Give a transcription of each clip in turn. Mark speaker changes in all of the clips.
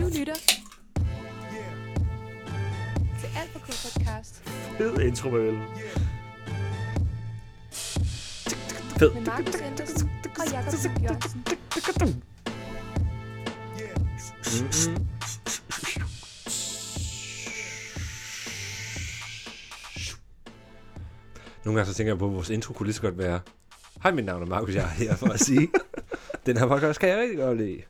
Speaker 1: lytter til Alt for K podcast
Speaker 2: Fed intro med øl.
Speaker 1: med Markus Andersen og Jakob Fugl Jørgensen.
Speaker 3: Nogle gange så tænker jeg på, at vores intro kunne lige så godt være, hej, mit navn er Markus, jeg er her for at sige, den her podcast kan jeg rigtig godt lide.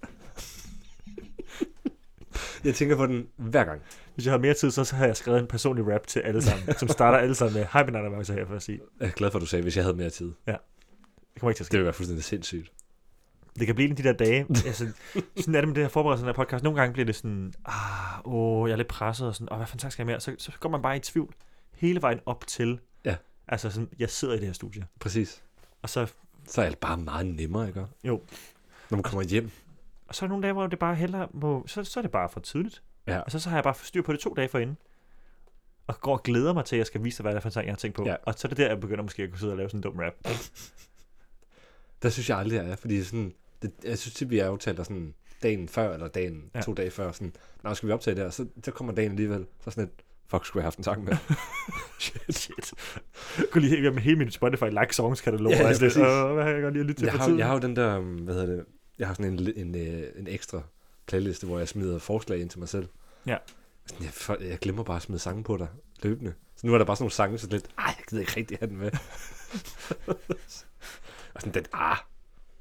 Speaker 3: Jeg tænker på den hver gang.
Speaker 2: Hvis jeg havde mere tid, så havde jeg skrevet en personlig rap til alle sammen, som starter alle sammen med, hej, min navn er Marcus, jeg er her for at sige.
Speaker 3: Jeg er glad for, at du sagde, hvis jeg havde mere tid.
Speaker 2: Det kommer ikke til at
Speaker 3: Det
Speaker 2: ske.
Speaker 3: ville være fuldstændig sindssygt.
Speaker 2: Det kan blive en af de der dage. Altså, sådan er det med det her forberedelse af podcast. Nogle gange bliver det sådan, ah, åh, jeg er lidt presset, og sådan, åh, hvad fanden tak skal jeg mere? Så, så går man bare i tvivl hele vejen op til,
Speaker 3: Ja.
Speaker 2: altså sådan, jeg sidder i det her studie.
Speaker 3: Præcis.
Speaker 2: Og så,
Speaker 3: Så er alt bare meget nemmere, ikke?
Speaker 2: Jo.
Speaker 3: Når man kommer hjem.
Speaker 2: og så er der nogle dage, hvor det bare heller må, så, så er det bare for tidligt.
Speaker 3: Ja.
Speaker 2: Og så, så har jeg bare styr på det to dage forinden. Og går og glæder mig til, at jeg skal vise dig, hvad det er for en sang, jeg har tænkt på.
Speaker 3: Ja.
Speaker 2: Og så er det der, jeg begynder måske at kunne sidde og lave sådan en dum rap.
Speaker 3: Der synes jeg aldrig, jeg er, fordi sådan, det, jeg synes tit, vi aftaler sådan dagen før, eller dagen
Speaker 2: Ja.
Speaker 3: ja. to dage før, sådan, nej, skal vi optage det her? Så, så kommer dagen alligevel, så sådan et, fuck, skulle jeg have haft en sang med?
Speaker 2: Shit. Jeg kunne lige have med hele min Spotify Like Songs katalog.
Speaker 3: Ja,
Speaker 2: Ja,
Speaker 3: ja,
Speaker 2: ja, altså, lidt,
Speaker 3: præcis.
Speaker 2: Åh, hvad har jeg godt lige at lytte til
Speaker 3: jeg,
Speaker 2: for
Speaker 3: har,
Speaker 2: tiden?
Speaker 3: jeg har jo den der, øhm, hvad hedder det, jeg har sådan en, li- en, øh, en ekstra playliste, hvor jeg smider forslag ind til mig selv.
Speaker 2: Ja.
Speaker 3: Sådan, jeg, for, jeg glemmer bare at smide sange på dig løbende. Så nu er der bare sådan nogle sange, så lidt, ej, jeg gider ikke rigtig have den med. og sådan den, ah,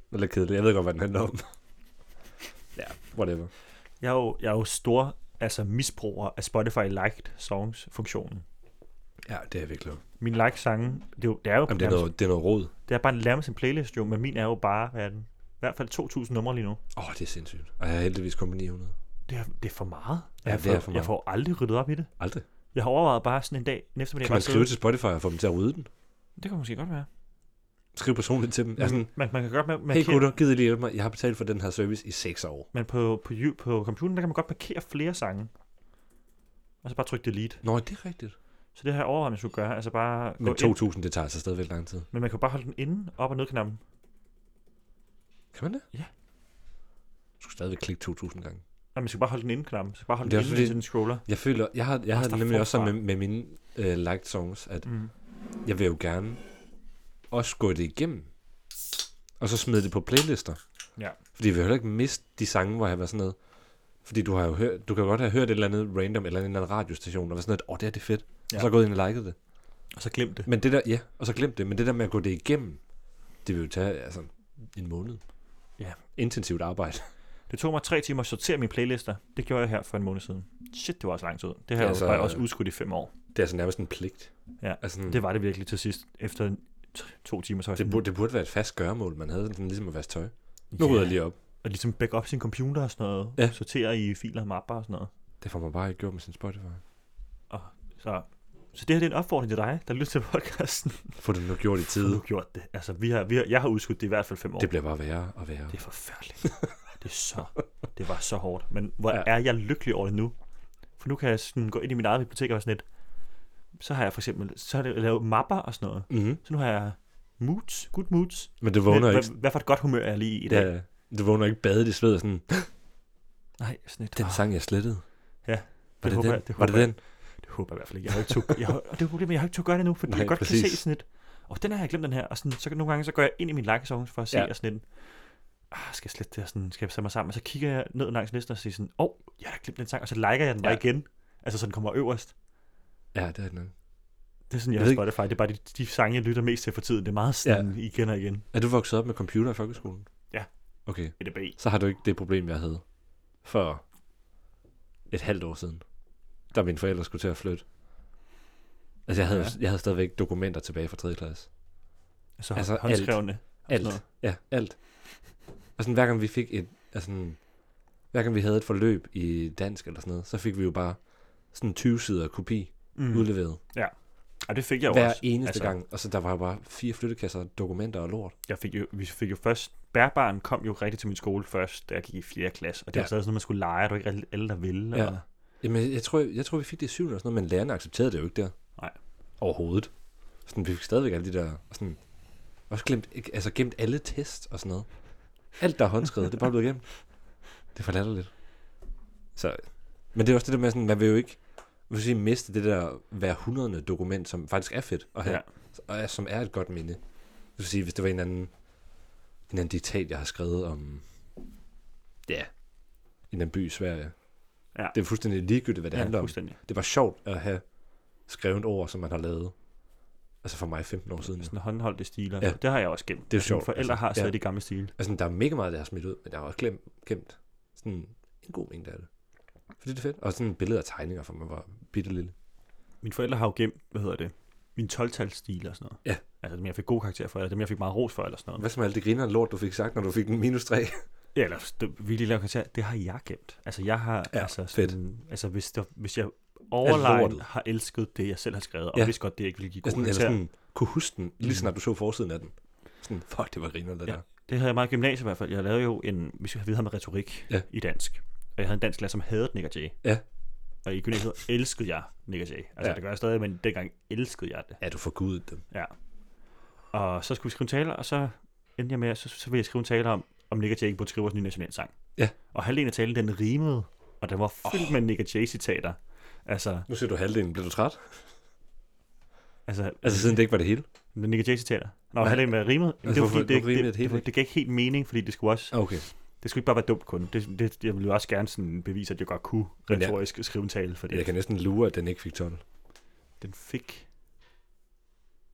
Speaker 3: det er lidt kedeligt. Jeg ved godt, hvad den handler om. ja, whatever.
Speaker 2: Jeg er jo, jeg er jo stor altså misbruger af Spotify Liked Songs-funktionen.
Speaker 3: Ja, det er virkelig.
Speaker 2: Min like sange, det er jo, det er jo
Speaker 3: Jamen, det, er
Speaker 2: nærmest,
Speaker 3: noget, det er noget råd.
Speaker 2: det er bare nærmest en playlist jo, men min er jo bare, hvad er den? I hvert fald 2.000 numre lige nu.
Speaker 3: Åh, oh, det er sindssygt. Og jeg har heldigvis kun på 900.
Speaker 2: Det er, det er for meget.
Speaker 3: Ja,
Speaker 2: jeg,
Speaker 3: det er for
Speaker 2: jeg
Speaker 3: meget.
Speaker 2: får aldrig ryddet op i det.
Speaker 3: Aldrig.
Speaker 2: Jeg har overvejet bare sådan en dag næste middag.
Speaker 3: Kan man skrive til Spotify og få dem til at rydde den?
Speaker 2: Det kan måske godt være.
Speaker 3: Skriv personligt til dem. Jeg er sådan,
Speaker 2: Man, man kan godt ma- markere,
Speaker 3: hey gutter, gider I lige hjælpe mig? Jeg har betalt for den her service i 6 år.
Speaker 2: men på, på, på, på computeren, der kan man godt markere flere sange. Og så bare trykke delete.
Speaker 3: Nå, det er rigtigt.
Speaker 2: Så det har jeg overvejet, at man skulle gøre. Altså bare gå
Speaker 3: Men
Speaker 2: ind,
Speaker 3: 2.000, det tager altså stadigvæk lang tid.
Speaker 2: men man kan jo bare holde den inde, op- og nedknappen.
Speaker 3: Kan man det?
Speaker 2: Ja.
Speaker 3: Du skal stadigvæk klikke 2.000 gange.
Speaker 2: Nej, man skal bare holde den inde-knappen. Så bare holde
Speaker 3: Det
Speaker 2: den inde,
Speaker 3: er fordi-
Speaker 2: indtil den scroller.
Speaker 3: Jeg føler, jeg har, jeg har
Speaker 2: Også
Speaker 3: det
Speaker 2: der
Speaker 3: nemlig også sådan
Speaker 2: forfra.
Speaker 3: med, med mine øh, liked songs, at
Speaker 2: Mm.
Speaker 3: jeg vil jo gerne også gå det igennem. Og så smide det på playlister.
Speaker 2: Ja.
Speaker 3: Fordi jeg vil heller ikke miste de sange, hvor jeg var sådan noget. Fordi du har jo hørt, du kan godt have hørt et eller andet random, eller en eller anden radiostation, og været sådan noget, åh, oh, det er det er fedt.
Speaker 2: Ja.
Speaker 3: Ja. Og så gået ind og liket det.
Speaker 2: Og så glem det.
Speaker 3: Men det der, ja, og så glemt det. Men det der med at gå det igennem, det vil jo tage altså, en måned.
Speaker 2: Ja.
Speaker 3: Intensivt arbejde.
Speaker 2: Det tog mig tre timer at sortere mine playlister. Det gjorde jeg her for en måned siden. Shit, det var også lang tid. Det har
Speaker 3: Ja,
Speaker 2: jeg
Speaker 3: så-
Speaker 2: jo bare også udskudt i fem år.
Speaker 3: Det er altså nærmest en pligt.
Speaker 2: Ja,
Speaker 3: altså, sådan,
Speaker 2: Det var det virkelig til sidst. Efter en- t- to timer, så var jeg
Speaker 3: det,
Speaker 2: sådan,
Speaker 3: burde, det burde være et fast gøremål, man havde, sådan, ligesom at vaske tøj. Nu
Speaker 2: ja.
Speaker 3: rydder jeg lige op.
Speaker 2: Og ligesom back op sin computer og sådan noget.
Speaker 3: Ja.
Speaker 2: Ja. Sortere i filer og mapper og sådan noget.
Speaker 3: Det får man bare ikke gjort med sin Spotify.
Speaker 2: Så, så det her det er en opfordring til dig, der lytter til podcasten.
Speaker 3: Få det nu gjort i
Speaker 2: Du
Speaker 3: tide.
Speaker 2: har gjort det. Altså, vi har, vi har, jeg har udskudt det i hvert fald fem år.
Speaker 3: Det bliver bare værre og værre.
Speaker 2: Det er forfærdeligt. det er så, det var så hårdt. Men hvor
Speaker 3: Ja.
Speaker 2: ja. er jeg lykkelig over det nu? For nu kan jeg sådan gå ind i min eget bibliotek og være sådan lidt, så har jeg for eksempel, så har jeg lavet mapper og sådan noget.
Speaker 3: Mm-hmm.
Speaker 2: Så nu har jeg moods, good moods.
Speaker 3: Men du vågner
Speaker 2: Hvad,
Speaker 3: ikke,
Speaker 2: hvad, hvad for et godt humør er jeg lige i i dag? Ja.
Speaker 3: ja, du vågner ikke badet i sved og sådan, "Ah,
Speaker 2: Nej, sådan lidt.
Speaker 3: den
Speaker 2: ah,
Speaker 3: sang jeg slettede.
Speaker 2: Ja,
Speaker 3: Var det,
Speaker 2: håber
Speaker 3: den?
Speaker 2: jeg- det
Speaker 3: var det
Speaker 2: håber jeg.
Speaker 3: den?
Speaker 2: det håber jeg i hvert fald ikke. Jeg har ikke tog, jeg har, og det er problemet, jeg har ikke tog gøre det nu, fordi
Speaker 3: Nej,
Speaker 2: Nej, jeg godt præcis. kan
Speaker 3: præcis.
Speaker 2: se sådan lidt. Og den har jeg glemt den her, og sådan, så kan- nogle gange så går jeg ind i min likesongs for at se,
Speaker 3: Ja.
Speaker 2: ja. og sådan lidt, ah, skal jeg slet det, og sådan, skal jeg sætte mig sammen, og så kigger jeg ned langs listen og siger sådan, åh, oh, jeg har glemt den sang, og så liker jeg den bare
Speaker 3: Ja.
Speaker 2: igen. Altså så den kommer øverst.
Speaker 3: Ja, det er
Speaker 2: Det er
Speaker 3: den.
Speaker 2: sådan, jeg,
Speaker 3: Jeg
Speaker 2: jeg
Speaker 3: ved ikke-
Speaker 2: Spotify. Det er bare de, de sange, jeg lytter mest til for tiden. Det er meget sådan ja. igen og igen.
Speaker 3: Er du vokset op med computer i folkeskolen?
Speaker 2: Ja.
Speaker 3: Okay,
Speaker 2: EDB.
Speaker 3: så har du ikke det problem, jeg havde for et halvt år siden, da mine forældre skulle til at flytte. Altså, jeg havde, ja.
Speaker 2: Ja.
Speaker 3: jeg havde stadigvæk dokumenter tilbage fra 3. klasse.
Speaker 2: Altså,
Speaker 3: Altså,
Speaker 2: altså håndskrevne. og sådan
Speaker 3: Alt. Ja, alt. Og sådan hver gang vi fik et, altså sådan, hver gang vi havde et forløb i dansk eller sådan noget, så fik vi jo bare sådan en 20 sider kopi mm.
Speaker 2: noget. Mm.
Speaker 3: udleveret.
Speaker 2: Og det fik jeg jo
Speaker 3: Hver
Speaker 2: også.
Speaker 3: eneste altså.
Speaker 2: Altså-
Speaker 3: gang. Og så der var jo bare fire flyttekasser, dokumenter og lort.
Speaker 2: Jeg fik jo, vi fik jo først... Bærbaren kom jo rigtig til min skole først, da jeg gik i 4. klasse. Og det
Speaker 3: Ja.
Speaker 2: var stadig sådan, at man skulle lege, og det var ikke rigtig alle, der ville.
Speaker 3: Ja.
Speaker 2: Og,
Speaker 3: Jamen, jeg tror, jeg, jeg tror vi fik det i syvende og sådan noget, men lærerne accepterede det jo ikke der.
Speaker 2: Nej.
Speaker 3: Overhovedet. Sådan, vi fik stadigvæk alle de der, og sådan, også glemt, ikke- altså gemt alle test og sådan noget. Alt, der er håndskrevet, det er bare blevet gemt. Det forlader lidt. Så, men det er også det der med, sådan, man vil jo ikke man vil sige, miste det der hver hundrede dokument, som faktisk er fedt at have,
Speaker 2: Ja.
Speaker 3: ja. og er, som er et godt minde. Det vil sige, hvis det var en eller anden, en eller anden diktat, jeg har skrevet om, ja, en eller anden by i Sverige.
Speaker 2: Ja.
Speaker 3: Det er fuldstændig ligegyldigt, hvad det ja, handler om.
Speaker 2: fuldstændig.
Speaker 3: Det var sjovt at have skrevet et ord, som man har lavet. Altså for mig 15 år siden.
Speaker 2: Sådan håndholdte stiler. Ja.
Speaker 3: Ja.
Speaker 2: Det har jeg også gemt.
Speaker 3: Det er
Speaker 2: Altså, mine
Speaker 3: sjovt,
Speaker 2: forældre
Speaker 3: altså.
Speaker 2: har stadig
Speaker 3: Ja.
Speaker 2: de gamle stil.
Speaker 3: Altså, der er mega meget, der har smidt ud, men der er også glemt, gemt sådan en god mængde af det. Fordi det er fedt. Og sådan billeder og tegninger, for man var bitte lille.
Speaker 2: Mine forældre har jo gemt, hvad hedder det, min 12-talsstil og sådan noget.
Speaker 3: Ja.
Speaker 2: Altså dem, jeg fik god karakter for, eller dem, jeg fik meget ros for, eller sådan noget.
Speaker 3: Hvad som alt det griner lort, du fik sagt, når du fik en minus 3?
Speaker 2: Ja, eller det, vildt lave karakter, det har jeg gemt. Altså jeg har,
Speaker 3: Ja,
Speaker 2: altså,
Speaker 3: fedt.
Speaker 2: altså hvis, der, hvis jeg overline
Speaker 3: lortet.
Speaker 2: har elsket det, jeg selv har skrevet, og
Speaker 3: Ja.
Speaker 2: vidste godt, det ikke ville give god
Speaker 3: Sådan, Altså, eller
Speaker 2: karakter.
Speaker 3: sådan, kunne huske den, lige snart du så forsiden af den. Sådan, fuck, det var griner, det
Speaker 2: Ja.
Speaker 3: Mm. ja. der.
Speaker 2: Det havde jeg meget i gymnasiet i hvert fald. Jeg lavede jo en, vi skal videre med retorik ja.
Speaker 3: Ja.
Speaker 2: i dansk. Og jeg havde en dansk lærer, som havde Nick og Jay.
Speaker 3: Ja.
Speaker 2: Og i gymnasiet elskede jeg Nick og Jay. Altså ja.
Speaker 3: Ja.
Speaker 2: det gør jeg stadig, men dengang elskede jeg det.
Speaker 3: Ja, du forgudede dem.
Speaker 2: Ja. Og så skulle vi skrive en taler, og så endte jeg med, at så, så ville jeg skrive en taler om, om Nick og Jay ikke burde skrive vores nye nationalsang.
Speaker 3: Ja.
Speaker 2: Og halvdelen af talen, den rimede, og den var fyldt oh. med Nick og Jay-citater. Altså,
Speaker 3: Nu siger du halvdelen. Blev du træt?
Speaker 2: altså,
Speaker 3: Altså, siden det ikke var det hele?
Speaker 2: med Nick og Jay-citater. Nå,
Speaker 3: Nej.
Speaker 2: halvdelen med rimet. Altså, det, var,
Speaker 3: hvorfor-
Speaker 2: fordi, det,
Speaker 3: hvorfor rimede
Speaker 2: det,
Speaker 3: det
Speaker 2: det,
Speaker 3: helt
Speaker 2: det,
Speaker 3: ikke?
Speaker 2: det, gav ikke helt mening, fordi det skulle også
Speaker 3: Okay.
Speaker 2: Det skulle ikke bare være dumt kun. Det, det, jeg ville jo også gerne sådan bevise, at jeg godt kunne
Speaker 3: Men ja.
Speaker 2: retorisk ja. skrive en tale, fordi
Speaker 3: Jeg kan næsten lure, at den ikke fik 12.
Speaker 2: den fik...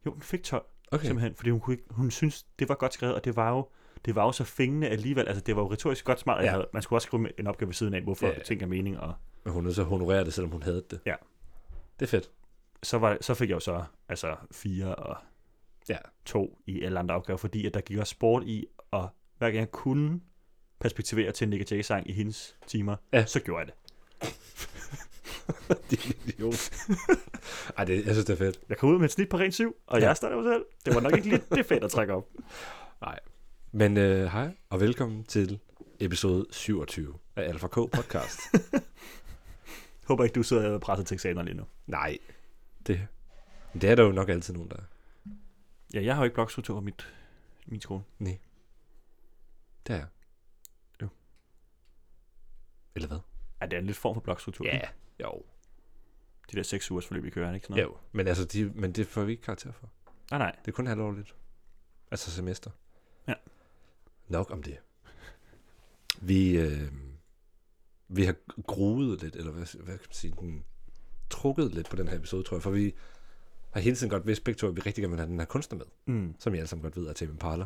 Speaker 2: Jo, den fik 12, okay.
Speaker 3: Okay.
Speaker 2: simpelthen, fordi hun, kunne ikke, hun synes det var godt skrevet, og det var jo, det var jo så fængende alligevel. Altså, det var jo retorisk godt smart, og
Speaker 3: Ja.
Speaker 2: ja. man skulle også skrive en opgave ved siden af, hvorfor
Speaker 3: Ja,
Speaker 2: ja.
Speaker 3: ja.
Speaker 2: ting er mening, og
Speaker 3: Men hun er nødt til at honorere det, selvom hun havde det.
Speaker 2: Ja.
Speaker 3: Det er fedt.
Speaker 2: så, var, så fik jeg jo så altså 4 og
Speaker 3: Ja.
Speaker 2: 2 i alle andre opgaver, fordi at der gik også sport i, og hver gang jeg kunne perspektivere til en Nick Jay-sang i hendes timer, ja.
Speaker 3: Ja.
Speaker 2: så gjorde jeg det.
Speaker 3: Din idiot. Ej, det, jeg synes, det er fedt.
Speaker 2: Jeg kom ud med et snit på ren 7, og ja.
Speaker 3: Ja.
Speaker 2: jeg starter jo selv. Det var nok ikke lige det fedt at trække op.
Speaker 3: Men øh, hej, og velkommen til episode 27 af Alfa K podcast.
Speaker 2: Håber ikke, du sidder og presser til eksamener lige nu.
Speaker 3: Nej, det, det er der jo nok altid nogen, der er.
Speaker 2: Ja, jeg har jo ikke blokstruktur på mit, min skole.
Speaker 3: Det er jeg.
Speaker 2: Jo.
Speaker 3: Eller hvad?
Speaker 2: Ja, det er en lidt form for blokstruktur. ikke?
Speaker 3: Jo.
Speaker 2: De der seks ugers forløb i kører, ikke sådan noget?
Speaker 3: jo. Men, altså, de, men det får vi ikke karakter for.
Speaker 2: Nej, nej.
Speaker 3: Det er kun halvårligt. Altså semester.
Speaker 2: Ja.
Speaker 3: Nok om det. Vi, øh, vi har gruet lidt, eller hvad, hvad kan man sige, den, trukket lidt på den her episode, tror jeg, for vi har hele tiden godt vidst begge to, at vi rigtig gerne vil have den her kunstner med,
Speaker 2: Mm.
Speaker 3: som I alle sammen godt ved er Tame Impala.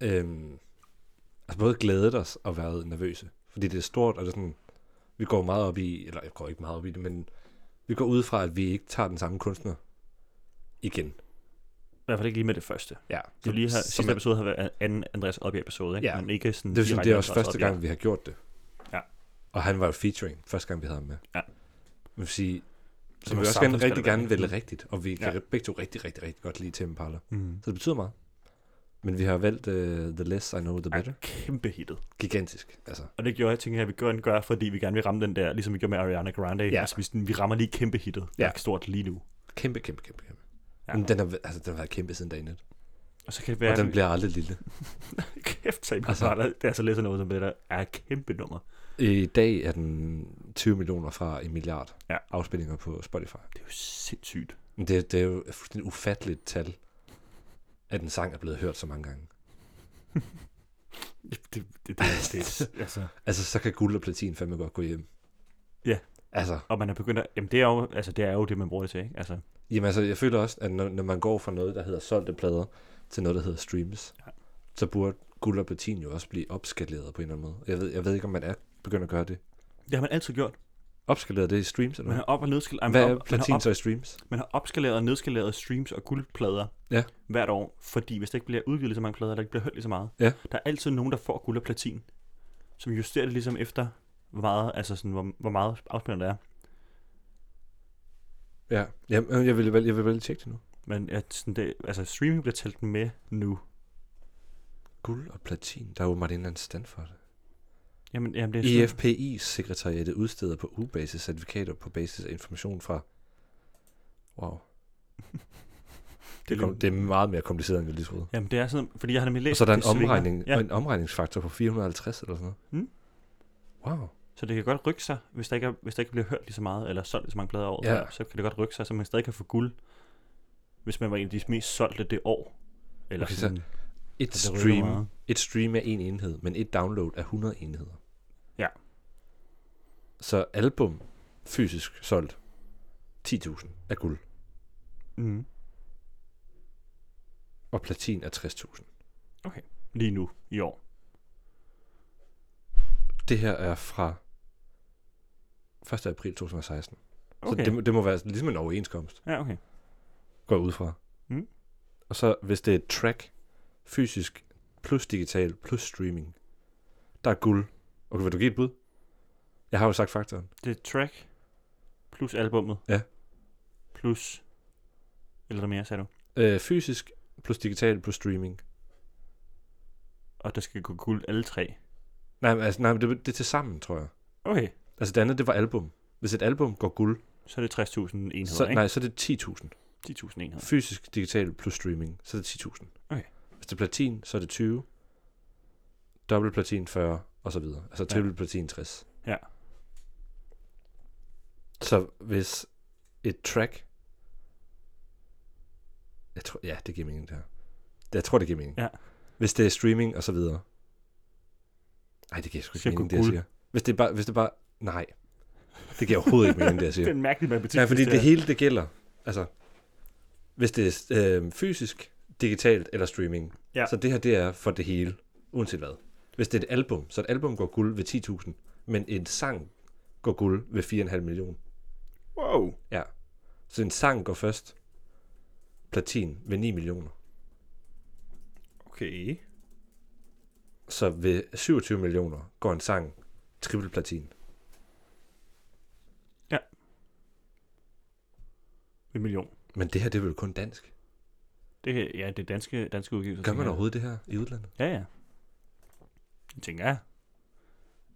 Speaker 3: Øhm, altså både glædet os og været nervøse, fordi det er stort, og det er sådan, vi går meget op i, eller jeg går ikke meget op i det, men vi går ud fra, at vi ikke tager den samme kunstner igen.
Speaker 2: I hvert fald ikke lige med det første.
Speaker 3: Ja.
Speaker 2: Så lige her,
Speaker 3: Som
Speaker 2: sidste
Speaker 3: er-
Speaker 2: episode har været anden Andreas Oddbjerg episode, ikke?
Speaker 3: Ja.
Speaker 2: Men ikke sådan
Speaker 3: det, vil sige,
Speaker 2: direkte
Speaker 3: det er også
Speaker 2: Andreas
Speaker 3: første
Speaker 2: Oddbjerg.
Speaker 3: gang, vi har gjort det.
Speaker 2: Ja.
Speaker 3: Og han var jo featuring, første gang vi havde ham med.
Speaker 2: Ja.
Speaker 3: Det vil sige, som
Speaker 2: var
Speaker 3: vi også gerne,
Speaker 2: samfundsrelevant.
Speaker 3: rigtig gerne ville rigtigt, og vi kan
Speaker 2: Ja.
Speaker 3: begge to rigtig, rigtig, rigtig godt lide Tim Impala.
Speaker 2: Mm.
Speaker 3: Så det betyder meget. Men vi har valgt uh, The Less I Know, The Better.
Speaker 2: Ej, kæmpe hittet.
Speaker 3: Gigantisk, altså.
Speaker 2: Og det gjorde jeg, tænker jeg, at vi gør en gør, fordi vi gerne vil ramme den der, ligesom vi gjorde med Ariana Grande.
Speaker 3: Ja.
Speaker 2: Altså, vi, sådan- vi rammer lige kæmpe hittet. Ja.
Speaker 3: Ja.
Speaker 2: Der er stort lige nu.
Speaker 3: Kæmpe, kæmpe, kæmpe, kæmpe.
Speaker 2: Ja.
Speaker 3: Ja. Men den har, altså, den har været kæmpe siden dag net.
Speaker 2: Og så kan det være,
Speaker 3: Og den
Speaker 2: vi-
Speaker 3: bliver aldrig lille.
Speaker 2: Kæft, sagde altså,
Speaker 3: Altså-
Speaker 2: det er altså læser noget, som det der er et kæmpe nummer.
Speaker 3: I dag er den 20 millioner fra en milliard
Speaker 2: Ja.
Speaker 3: afspillinger på Spotify.
Speaker 2: Det er jo sindssygt.
Speaker 3: Men Det, det er jo et fuldstændig ufatteligt tal, at en sang er blevet hørt så mange gange.
Speaker 2: Det, det, det, det, det altså.
Speaker 3: Altså, så kan guld og platin fandme godt gå hjem.
Speaker 2: Ja.
Speaker 3: Altså,
Speaker 2: Og man er begyndt at, jamen det er jo, altså det er jo det, man bruger det til, ikke? Altså,
Speaker 3: jamen, altså jeg føler også, at når, når man går fra noget, der hedder solgte plader, til noget, der hedder streams,
Speaker 2: Ja.
Speaker 3: ja. så burde guld og platin jo også blive opskaleret på en eller anden måde. Jeg ved, jeg ved ikke, om man er begyndt at gøre det.
Speaker 2: det har man altid gjort.
Speaker 3: Opskaleret det i streams, eller
Speaker 2: Man har
Speaker 3: hvad?
Speaker 2: op- og nedskal- ej, man
Speaker 3: Hvad
Speaker 2: har
Speaker 3: er
Speaker 2: op- man har
Speaker 3: platin
Speaker 2: op-
Speaker 3: så i streams?
Speaker 2: Man har opskaleret og nedskaleret streams og guldplader
Speaker 3: Ja.
Speaker 2: hvert år, fordi hvis der ikke bliver udgivet lige så mange plader, der ikke bliver hørt lige så meget,
Speaker 3: Ja.
Speaker 2: der er altid nogen, der får guld og platin, som justerer det ligesom efter, hvor meget, altså sådan, hvor, hvor meget afspilleren der er.
Speaker 3: Ja, jamen, jeg vil, vel- jeg vil vel tjekke det nu.
Speaker 2: Men at sådan det, altså streaming bliver talt med nu.
Speaker 3: Guld og platin, der er jo en eller anden stand for det.
Speaker 2: Jamen, jamen det er
Speaker 3: E
Speaker 2: sådan-
Speaker 3: IFPI's sekretariatet udsteder på ubasis certifikater på basis af information fra... Wow. Det, kom, det er meget mere kompliceret, end jeg lige troede.
Speaker 2: Jamen det er sådan, fordi jeg har nemlig læst...
Speaker 3: Og så er der en,
Speaker 2: det svinger.
Speaker 3: omregning,
Speaker 2: Ja,
Speaker 3: ja. en omregning- omregningsfaktor på 450 eller sådan noget.
Speaker 2: Mm.
Speaker 3: Wow.
Speaker 2: Så det kan godt rykke sig, hvis der ikke, er, hvis der ikke bliver hørt lige så meget, eller solgt lige så mange plader over,
Speaker 3: Ja.
Speaker 2: ja. så kan det godt rykke sig, så man stadig kan få guld, hvis man var en af de mest solgte det år. Eller
Speaker 3: Okay,
Speaker 2: okay,
Speaker 3: så
Speaker 2: sådan,
Speaker 3: Et
Speaker 2: så det rykker
Speaker 3: stream,
Speaker 2: meget.
Speaker 3: et stream er en enhed, men et download er 100 enheder.
Speaker 2: Ja.
Speaker 3: Så album fysisk solgt 10.000 er guld,
Speaker 2: Mm.
Speaker 3: og platin er 60.000.
Speaker 2: Lige nu, i år.
Speaker 3: Det her er fra 1. april 2016.
Speaker 2: Okay.
Speaker 3: Okay. Så det, må- det må være ligesom en overenskomst,
Speaker 2: Ja, okay.
Speaker 3: går jeg ud fra.
Speaker 2: Mm.
Speaker 3: Og så hvis det er et track, fysisk plus digital plus streaming, der er guld. Okay, vil du give et bud? Jeg har jo sagt faktoren.
Speaker 2: Det er track, plus albummet.
Speaker 3: Ja.
Speaker 2: Plus, eller der mere, sagde du.
Speaker 3: Øh, fysisk plus digital plus streaming.
Speaker 2: Og der skal gå guld alle tre.
Speaker 3: Nej, men altså, nej, men det, det er til sammen, tror jeg.
Speaker 2: Okay,
Speaker 3: Altså det andet, det var album. Hvis et album går guld,
Speaker 2: så er det 60.000 enheder,
Speaker 3: så,
Speaker 2: ikke?
Speaker 3: nej, så er det 10.000.
Speaker 2: 10.000 enheder.
Speaker 3: Fysisk, digital plus streaming, så er det 10.000.
Speaker 2: Okay.
Speaker 3: Hvis det er platin, så er det 20. Dobbelt platin 40, og så videre. Altså
Speaker 2: Ja.
Speaker 3: triple platin 60.
Speaker 2: Ja.
Speaker 3: Så hvis et track... Jeg tror, ja, det giver mening, det her. Jeg tror, det giver mening.
Speaker 2: Ja.
Speaker 3: Hvis det er streaming, og så videre. Nej, det giver sgu
Speaker 2: Så
Speaker 3: ikke mening,
Speaker 2: gå
Speaker 3: det jeg
Speaker 2: guld.
Speaker 3: siger. Hvis det er bare... Hvis det er bare nej. Det giver overhovedet ikke mening, det jeg siger.
Speaker 2: Det er en mærkelig matematik.
Speaker 3: Nej, fordi
Speaker 2: hvis
Speaker 3: det hele, det gælder. Altså, hvis det er øh, fysisk, digitalt eller streaming.
Speaker 2: Ja.
Speaker 3: Så det her, det er for det hele, uanset hvad. Hvis det er et album, så et album går guld ved 10.000, men en sang går guld ved 4,5 millioner.
Speaker 2: er- Wow.
Speaker 3: Ja. Så en sang går først platin ved 9 millioner.
Speaker 2: Okay.
Speaker 3: Så ved 27 millioner går en sang triple platin.
Speaker 2: En million.
Speaker 3: Men det her, det er vel kun dansk.
Speaker 2: Det, kan- ja, det er danske, danske udgivelser.
Speaker 3: Gør
Speaker 2: tænker
Speaker 3: man
Speaker 2: jeg.
Speaker 3: overhovedet det her i udlandet?
Speaker 2: Ja, ja. Jeg tænker, ja.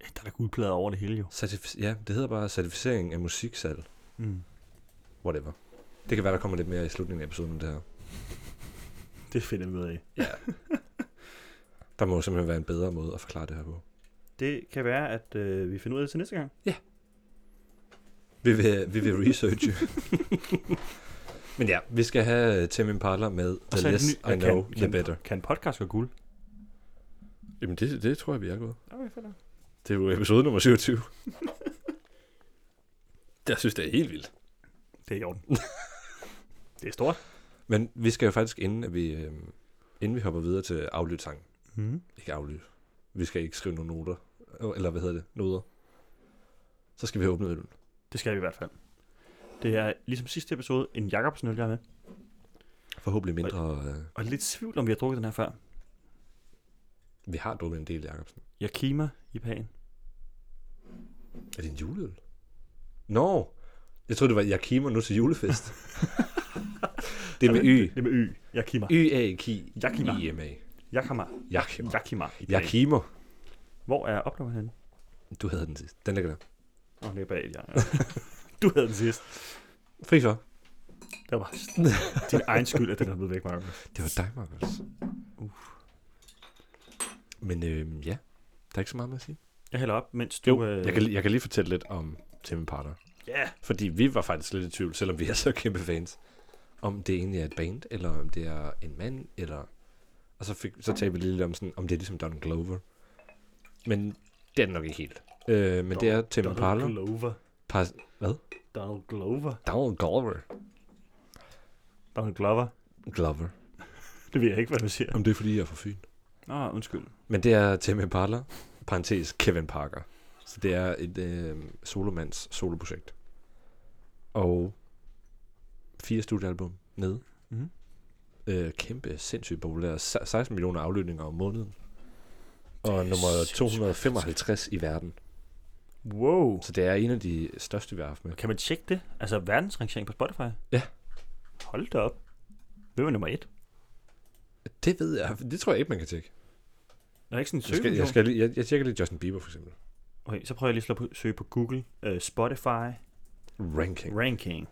Speaker 2: Ja, Der er da guldplader over det hele, jo.
Speaker 3: Certific- ja, det hedder bare certificering af musiksalg.
Speaker 2: Mm.
Speaker 3: whatever. Det kan være, der kommer lidt mere i slutningen af episoden om det her.
Speaker 2: Det finder vi ud af.
Speaker 3: Der må simpelthen være en bedre måde at forklare det her på.
Speaker 2: Det kan være, at øh, vi finder ud af det til næste gang.
Speaker 3: Vi vil, vi vil researche. Men ja, vi skal have øh, Tim Impala med
Speaker 2: Og så
Speaker 3: The
Speaker 2: er det
Speaker 3: Less
Speaker 2: Altså, ny-
Speaker 3: I Know,
Speaker 2: kan,
Speaker 3: The
Speaker 2: kan,
Speaker 3: Better.
Speaker 2: Kan en podcast være guld?
Speaker 3: Jamen det, det tror jeg, vi er gået.
Speaker 2: Okay, fedt.
Speaker 3: Det er jo episode nummer 27. jeg synes, det er helt vildt.
Speaker 2: Det er i orden. det er stort.
Speaker 3: Men vi skal jo faktisk, inden at vi, øh, inden vi hopper videre til aflytsangen,
Speaker 2: Mm.
Speaker 3: ikke aflyt, vi skal ikke skrive nogle noter, eller hvad hedder det, noder, så skal vi have åbnet øllen.
Speaker 2: Det skal vi i hvert fald. Det er ligesom sidste episode, en Jacobsen øl, jeg er med.
Speaker 3: Forhåbentlig mindre, øh,
Speaker 2: Og lidt tvivl, om vi har drukket den her før.
Speaker 3: vi har drukket en del, Jacobsen.
Speaker 2: Yakima i pagen.
Speaker 3: Er det en juleøl? Nå, jeg troede, det var Yakima nu til julefest. det er med Y.
Speaker 2: Altså, Det er med Y. Yakima.
Speaker 3: Y-A-K.
Speaker 2: Yakima.
Speaker 3: I-M-A.
Speaker 2: Yakima.
Speaker 3: Yakima.
Speaker 2: Yakima. i Pagen.
Speaker 3: Yakima.
Speaker 2: Hvor er opnået henne?
Speaker 3: Du havde den sidst. Den ligger der.
Speaker 2: Åh, det er bag, ja. Du havde den sidst.
Speaker 3: Fri for.
Speaker 2: Det var din egen skyld, at den er blevet væk, Markus.
Speaker 3: Det var dig, Markus. Men øh, ja, der er ikke så meget med at sige.
Speaker 2: Jeg hælder op, mens du... øh,
Speaker 3: Jo, jeg, kan, jeg kan lige fortælle lidt om Tim Parter.
Speaker 2: Ja,
Speaker 3: Fordi vi var faktisk lidt i tvivl, selvom vi er så kæmpe fans, om det egentlig er et band, eller om det er en mand, eller... Og så, fik, så talte vi lige lidt om, sådan, om det er ligesom Don Glover. Men det er det nok ikke helt. Øh, men det er Tim Impala.
Speaker 2: Donald Glover.
Speaker 3: Pas, hvad?
Speaker 2: Donald Glover.
Speaker 3: Donald Glover.
Speaker 2: Donald Glover.
Speaker 3: Glover.
Speaker 2: Det ved jeg ikke, hvad du siger.
Speaker 3: Om det er, fordi jeg er fra Fyn.
Speaker 2: Nå, undskyld.
Speaker 3: Men det er Tim Impala, parentes Kevin Parker. Så det er et øh, solomands soloprojekt. Og fire studiealbum nede.
Speaker 2: Mhm.
Speaker 3: Øh, kæmpe, sindssygt populære. Se- 16 millioner aflytninger om måneden. Og nummer 255 i verden.
Speaker 2: Wow.
Speaker 3: Så det er en af de største, vi har haft med.
Speaker 2: Kan man tjekke det? Altså verdensrangering på Spotify?
Speaker 3: Ja.
Speaker 2: Hold da op. Hvem er nummer et?
Speaker 3: Det ved jeg. Det tror jeg ikke, man kan tjekke.
Speaker 2: Der er ikke sådan en
Speaker 3: Jeg, skal,
Speaker 2: søgefunktion.
Speaker 3: jeg, skal, lige- jeg, jeg tjekker lige Justin Bieber, for eksempel.
Speaker 2: Okay, så prøver jeg lige at slå på, søge på Google. Uh, Spotify
Speaker 3: Ranking.
Speaker 2: ranking.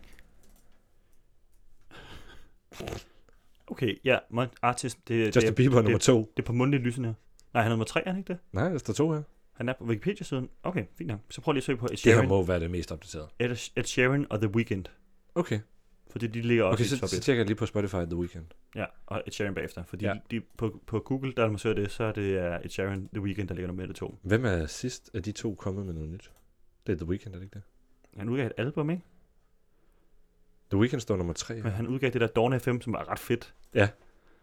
Speaker 2: Okay, ja. mon- Artist. Det, det,
Speaker 3: Justin
Speaker 2: det,
Speaker 3: Bieber er nummer to.
Speaker 2: det er på mundtligt lysende her. Nej, han er nummer tre, er han ikke det?
Speaker 3: Nej, der står to her.
Speaker 2: Han er på Wikipedia-siden. Okay, fint nok. Så prøv lige at søge på Ed
Speaker 3: Det her
Speaker 2: Sheeran,
Speaker 3: må være det mest opdaterede.
Speaker 2: Ed, Ed Sheeran og The Weeknd.
Speaker 3: Okay,
Speaker 2: Fordi de ligger også
Speaker 3: okay
Speaker 2: okay, i
Speaker 3: så,
Speaker 2: top
Speaker 3: så
Speaker 2: 1.
Speaker 3: tjekker jeg lige på Spotify The Weeknd.
Speaker 2: Ja, og Ed Sheeran bagefter. Fordi
Speaker 3: Ja.
Speaker 2: ja. de, på, på Google, der man søger det, så er det øh, Ed Sheeran, The Weeknd, der ligger nummer 1 og 2.
Speaker 3: Hvem er sidst af de to kommet med noget nyt? Det er The Weeknd, er det ikke det?
Speaker 2: Han udgav et album, ikke?
Speaker 3: The Weeknd står nummer tre.
Speaker 2: Men han udgav det der Dawn FM, som var ret fedt,
Speaker 3: Ja,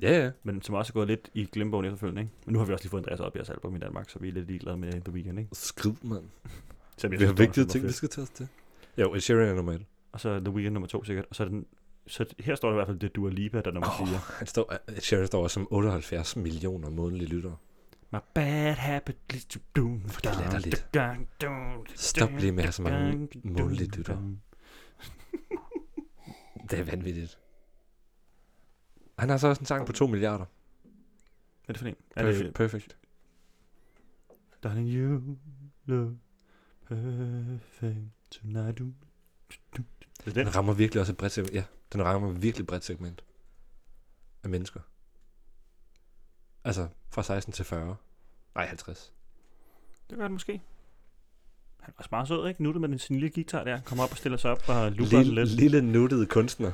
Speaker 3: ja.
Speaker 2: men som også er gået lidt i glemmebogen efterfølgende, ikke? Men nu har vi også lige fået Andreas Oddbjergs album i Danmark, så vi er lidt ligeglade med The Weeknd, ikke?
Speaker 3: Skrid, mand.
Speaker 2: Selvom jeg
Speaker 3: Vi har
Speaker 2: synes, Dawn
Speaker 3: vigtige
Speaker 2: FM var
Speaker 3: ting,
Speaker 2: fedt.
Speaker 3: vi skal tage os til. Jo, Ed Sheeran er nummer et.
Speaker 2: Og så er The Weeknd nummer 2 sikkert. Og så er den, så her står der i hvert fald, det er Dua Lipa, der er nummer
Speaker 3: Åh.
Speaker 2: 4.
Speaker 3: Han står, Ed Sheeran står også som 78 millioner månedlige lyttere.
Speaker 2: My bad habit leads to doom.
Speaker 3: det er latterligt. Stop lige med at have så mange månedlige lyttere. Det er vanvittigt. Han har så også en sang på 2 milliarder.
Speaker 2: Hvad er det for en? Er
Speaker 3: Perfect.
Speaker 2: det
Speaker 3: perfect.
Speaker 2: Darling, you look perfect tonight. Du, du, du. Det er den.
Speaker 3: Den rammer virkelig også et bredt segment. Ja, den rammer virkelig et bredt segment af mennesker. Altså, fra 16 til 40. Nej, 50.
Speaker 2: Det gør det måske. Han var også meget sød, ikke? Nuttet med den, sin lille guitar der. Kommer op og stiller sig op og lukker den
Speaker 3: Lille,
Speaker 2: lidt.
Speaker 3: lille nuttede kunstner.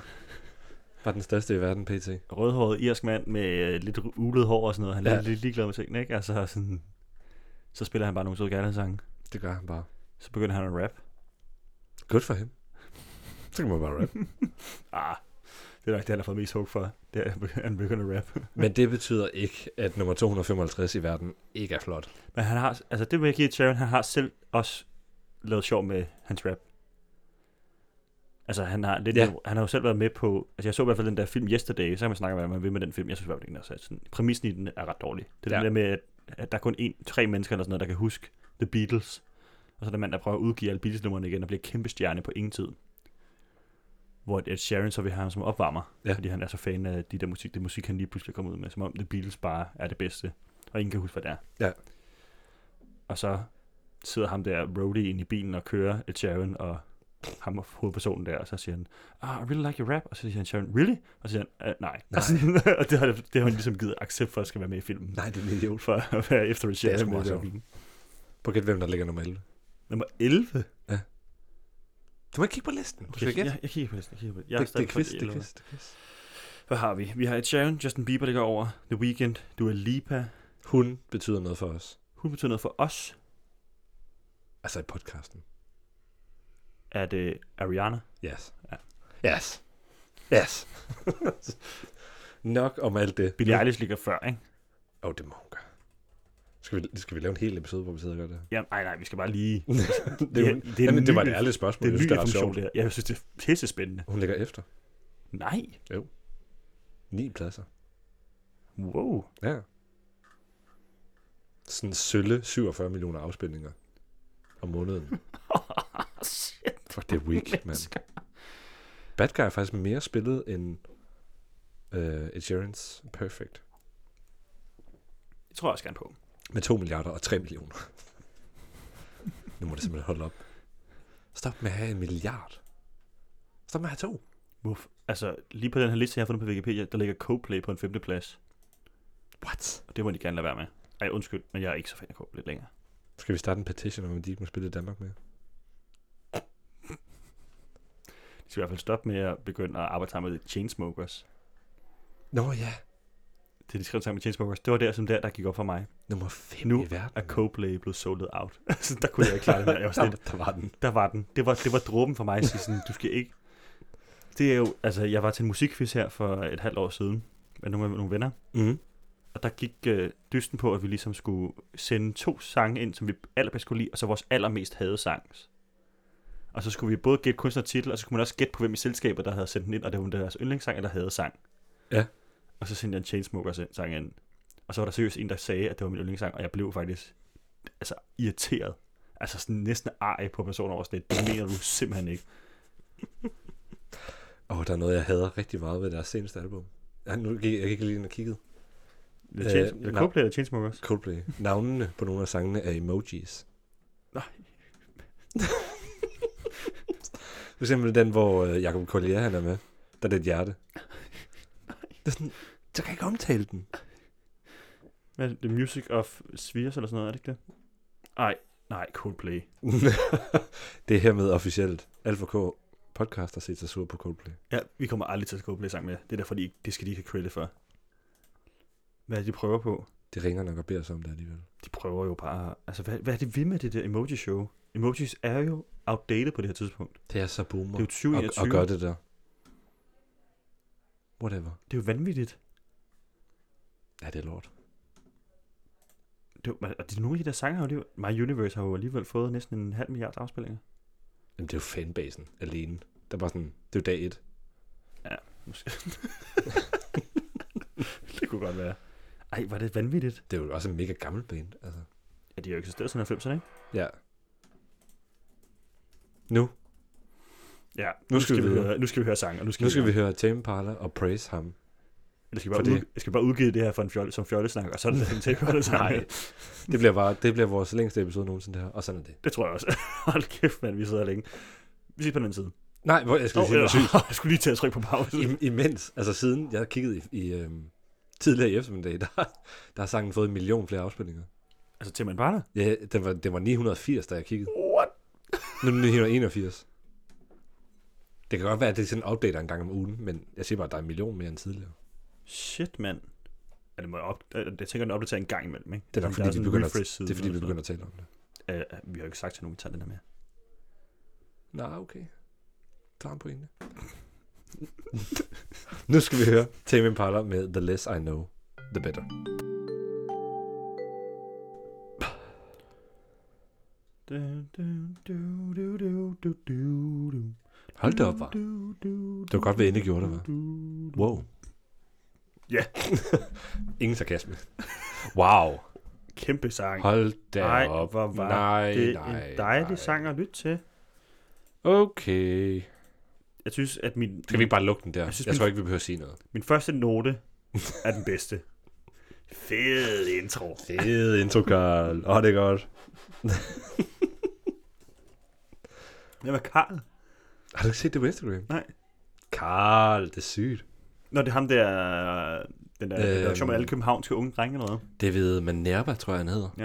Speaker 3: Var den største i verden, pt.
Speaker 2: rødhåret irsk mand med øh, lidt ulet hår og sådan noget. Han er
Speaker 3: Ja.
Speaker 2: ja. lidt ligeglad med tingene, ikke? Altså sådan, så spiller han bare nogle søde kærlighedssange.
Speaker 3: Det gør han bare.
Speaker 2: Så begynder han at rap.
Speaker 3: Godt for ham. Så kan man bare rap.
Speaker 2: Ah, det er nok det, han har fået mest hug for. Det er, at han begy- han begynder at rap.
Speaker 3: Men det betyder ikke, at nummer 255 i verden ikke er flot.
Speaker 2: Men han har, altså det vil jeg give Sharon, han har selv også lavet sjov med hans rap. Altså han har, lidt,
Speaker 3: Ja.
Speaker 2: ja. han har jo selv været med på, altså jeg så i hvert fald den der film Yesterday, så kan man snakke om, hvad man vil med den film. Jeg synes i hvert fald ikke, den er sat sådan, præmissen i den er ret dårlig. Det er
Speaker 3: Ja.
Speaker 2: ja. det der med, at, at der er kun en, tre mennesker eller sådan noget, der kan huske The Beatles. Og så er der en mand, der prøver at udgive alle Beatles-numrene igen og bliver kæmpe stjerne på ingen tid. Hvor Ed Sheeran så vil have ham som opvarmer,
Speaker 3: Ja.
Speaker 2: ja. fordi han er så fan af de der musik, det musik, han lige pludselig kommer ud med, som om The Beatles bare er det bedste, og ingen kan huske, hvad det er. Og så sidder ham der, Brody, ind i bilen og kører et Sharon og ham og hovedpersonen der, og så siger han, ah, I really like your rap, og så siger han, Sharon, really? Og så siger han, "Øh, nej.
Speaker 3: Nej.
Speaker 2: Og, sådan, og det, har, det har han ligesom givet accept for, at skal være med i filmen.
Speaker 3: Nej, det er en idiot.
Speaker 2: For at være efter et
Speaker 3: Det er sgu
Speaker 2: Sharon.
Speaker 3: meget
Speaker 2: med i
Speaker 3: sjovt.
Speaker 2: filmen.
Speaker 3: På gæt, hvem der ligger nummer 11.
Speaker 2: Nummer 11?
Speaker 3: Du må ikke kigge på listen. Du skal
Speaker 2: Jeg,
Speaker 3: gætte.
Speaker 2: jeg, jeg kigger på listen, jeg kigger på listen. Jeg er
Speaker 3: Det, det,
Speaker 2: stadig
Speaker 3: er
Speaker 2: på
Speaker 3: quiz,
Speaker 2: de
Speaker 3: det er
Speaker 2: 11.
Speaker 3: quiz, det er quiz.
Speaker 2: Hvad har vi? Vi har et Sharon, Justin Bieber, der går over, The Weeknd, Dua Lipa.
Speaker 3: Hun betyder noget for os.
Speaker 2: Hun betyder noget for os.
Speaker 3: Altså i podcasten.
Speaker 2: Er det øh, Ariana?
Speaker 3: Yes.
Speaker 2: Ja.
Speaker 3: Yes. Yes. Nok om alt det.
Speaker 2: Billie Eilish ligger før, ikke?
Speaker 3: Åh, oh, det må hun gøre. Skal vi, skal vi lave en hel episode, hvor vi sidder og gør det her?
Speaker 2: Ja, nej, nej, vi skal bare lige...
Speaker 3: Det, er jo-
Speaker 2: Ja, det er en
Speaker 3: Jamen, det
Speaker 2: ny-
Speaker 3: var et ærligt spørgsmål.
Speaker 2: Det er en
Speaker 3: Jeg synes,
Speaker 2: ny
Speaker 3: ret
Speaker 2: information,
Speaker 3: sjovt.
Speaker 2: det her. Jeg synes, det er pisse spændende.
Speaker 3: Hun ligger efter.
Speaker 2: Nej.
Speaker 3: Ni pladser.
Speaker 2: Wow.
Speaker 3: Ja. Sådan sølle 47 millioner afspilninger om måneden.
Speaker 2: Shit,
Speaker 3: Fuck, det er weak, mand.
Speaker 2: mennesker.
Speaker 3: Bad Guy er faktisk mere spillet end uh, Ed Sheeran's Perfect.
Speaker 2: Det tror jeg også gerne på.
Speaker 3: Med 2 milliarder og 3 millioner. nu må det simpelthen holde op. Stop med at have en milliard. Stop med at have to.
Speaker 2: Uff. Altså, lige på den her liste, jeg har fundet på Wikipedia, der ligger Coldplay på en femte plads.
Speaker 3: What?
Speaker 2: Og det må de gerne lade være med. Ej, undskyld, men jeg er ikke så fan af Coldplay længere.
Speaker 3: Skal vi starte en petition om, at de ikke må spille i Danmark mere?
Speaker 2: De skal i hvert fald stoppe med at begynde at arbejde sammen med Chainsmokers.
Speaker 3: Nå ja,
Speaker 2: Det, de skrev sammen med Chainsmokers, det var der, som der, der gik op for mig,
Speaker 3: nummer 5
Speaker 2: Nu
Speaker 3: i verden.
Speaker 2: at Coldplay blev soldet out. altså, der kunne jeg ikke klare det mere. Jeg var sådan,
Speaker 3: der, der var den.
Speaker 2: Der var den. Det var, det var dråben for mig. at sige Sådan, du skal ikke... Det er jo... Altså, jeg var til en musikquiz her for et halvt år siden med nogle, nogle venner.
Speaker 3: Mm.
Speaker 2: Og der gik øh, dysten på, at vi ligesom skulle sende to sange ind, som vi allerbedst kunne lide, og så vores allermest havde sangs. Og så skulle vi både gætte kunstnertitel, og så skulle man også gætte på, hvem i selskabet, der havde sendt den ind, og det var deres yndlingssang eller havde sang.
Speaker 3: Ja.
Speaker 2: Og så sendte jeg en Chainsmokers sang ind. Og så var der seriøst en, der sagde, at det var min yndlingssang, og jeg blev faktisk altså, irriteret. Altså sådan næsten arg på personen over sådan lidt. Det mener du simpelthen ikke.
Speaker 3: Og der er noget, jeg hader rigtig meget ved deres seneste album. Ja, nu gik, jeg gik lige ind og kiggede.
Speaker 2: Det
Speaker 3: Øh,
Speaker 2: er Chains-
Speaker 3: nej.
Speaker 2: øh, Coldplay eller Chainsmokers?
Speaker 3: Coldplay. Navnene på nogle af sangene er emojis.
Speaker 2: Nej.
Speaker 3: For eksempel den, hvor øh, Jacob Collier han er med. Der er det et hjerte. Det er sådan, så kan jeg ikke omtale den.
Speaker 2: Hvad er det? The Music of Spheres eller sådan noget, er det ikke det? Nej, Coldplay.
Speaker 3: det er hermed officielt. Alfa K podcast har set sig sur på Coldplay.
Speaker 2: Ja, vi kommer aldrig til at Coldplay sang med. Det er derfor, de, ikke- det skal de ikke have credit for. Hvad er det, de prøver på?
Speaker 3: De ringer nok og beder sig om det alligevel.
Speaker 2: De prøver jo bare... Altså, hvad, hvad er det vi med det der emoji-show? Emojis er jo outdated på det her tidspunkt.
Speaker 3: Det er så
Speaker 2: Det
Speaker 3: boomer.
Speaker 2: er jo
Speaker 3: og,
Speaker 2: 2021.
Speaker 3: og gør det der. Whatever.
Speaker 2: Det er jo vanvittigt.
Speaker 3: Ja, det er lort.
Speaker 2: Det er, jo- men- og de, nogle af de der sange har jo alligevel... My Universe har jo alligevel fået næsten en halv milliard afspilninger.
Speaker 3: Jamen, det er jo fanbasen alene. Der var sådan, det er jo dag et.
Speaker 2: Måske. det kunne godt være. Ej, var det vanvittigt.
Speaker 3: Det er jo også en mega gammel band, altså.
Speaker 2: Ja, de har jo eksisteret siden 90'erne, ikke?
Speaker 3: Ja. Nu,
Speaker 2: Ja,
Speaker 3: Nu skal vi videre.
Speaker 2: høre, nu skal vi høre sang, og nu skal,
Speaker 3: nu skal vi høre Tame Parler og Praise ham.
Speaker 2: Eller skal vi bare,
Speaker 3: for
Speaker 2: ud, skal vi bare udgive det her for en fjolle, som fjollesnak, og så er det en tape det
Speaker 3: Nej.
Speaker 2: sammen.
Speaker 3: Det bliver, bare, det bliver vores længste episode nogensinde det her, og sådan er det.
Speaker 2: Det tror jeg også. Hold kæft, mand, vi sidder længe. Vi ses på den anden side.
Speaker 3: Nej, hvor, jeg skulle oh, sige
Speaker 2: Åh,
Speaker 3: noget sygt.
Speaker 2: øh, jeg skulle lige til at trykke på pause.
Speaker 3: I, imens, altså siden jeg kiggede i, i øhm, tidligere i eftermiddag, der, der har sangen fået en million flere afspilninger.
Speaker 2: altså, til man bare
Speaker 3: Ja, den var, den var 980, da jeg kiggede.
Speaker 2: What?
Speaker 3: Nu er den 981. Det kan godt være, at det er sådan en updater en gang om ugen, men jeg siger bare, at der er en million mere end tidligere.
Speaker 2: Shit, mand. Ja, det må jeg, op, jeg jeg tænker, den opdaterer en gang imellem, ikke?
Speaker 3: Det er nok,
Speaker 2: Fordi der
Speaker 3: fordi, vi
Speaker 2: sådan en
Speaker 3: begynder, at,
Speaker 2: refresh-side
Speaker 3: det er, fordi vi
Speaker 2: eller sådan
Speaker 3: begynder at tale om det.
Speaker 2: noget. Øh, vi har jo ikke sagt til nogen, vi tager den her med.
Speaker 3: Nå, okay. Der er en pointe. nu skal vi høre Tame Impala med The Less I Know, The Better. Hold da op, var. Det var godt, hvad Inde gjorde det, var. Wow.
Speaker 2: Ja.
Speaker 3: Ingen sarkasme. Wow.
Speaker 2: Kæmpe sang.
Speaker 3: Hold da
Speaker 2: Nej,
Speaker 3: op.
Speaker 2: hvor var
Speaker 3: nej,
Speaker 2: det er
Speaker 3: nej,
Speaker 2: en dejlig
Speaker 3: nej.
Speaker 2: sang at lytte til.
Speaker 3: Okay.
Speaker 2: Jeg synes, at min,
Speaker 3: Skal vi ikke bare lukke den der? Jeg,
Speaker 2: Jeg synes,
Speaker 3: jeg
Speaker 2: min-
Speaker 3: tror ikke, vi behøver at sige noget.
Speaker 2: min første note er den bedste. Fed intro.
Speaker 3: Fed intro, Carl. Åh, oh, det er godt.
Speaker 2: Hvem er Karl?
Speaker 3: Har du ikke set det på Instagram?
Speaker 2: Nej.
Speaker 3: Carl, det er sygt.
Speaker 2: Nå, det er ham der, den der, øhm, der
Speaker 3: Øhm.
Speaker 2: som alle københavnske unge drenge eller noget.
Speaker 3: Det ved Manerba, tror jeg, han hedder.
Speaker 2: Ja.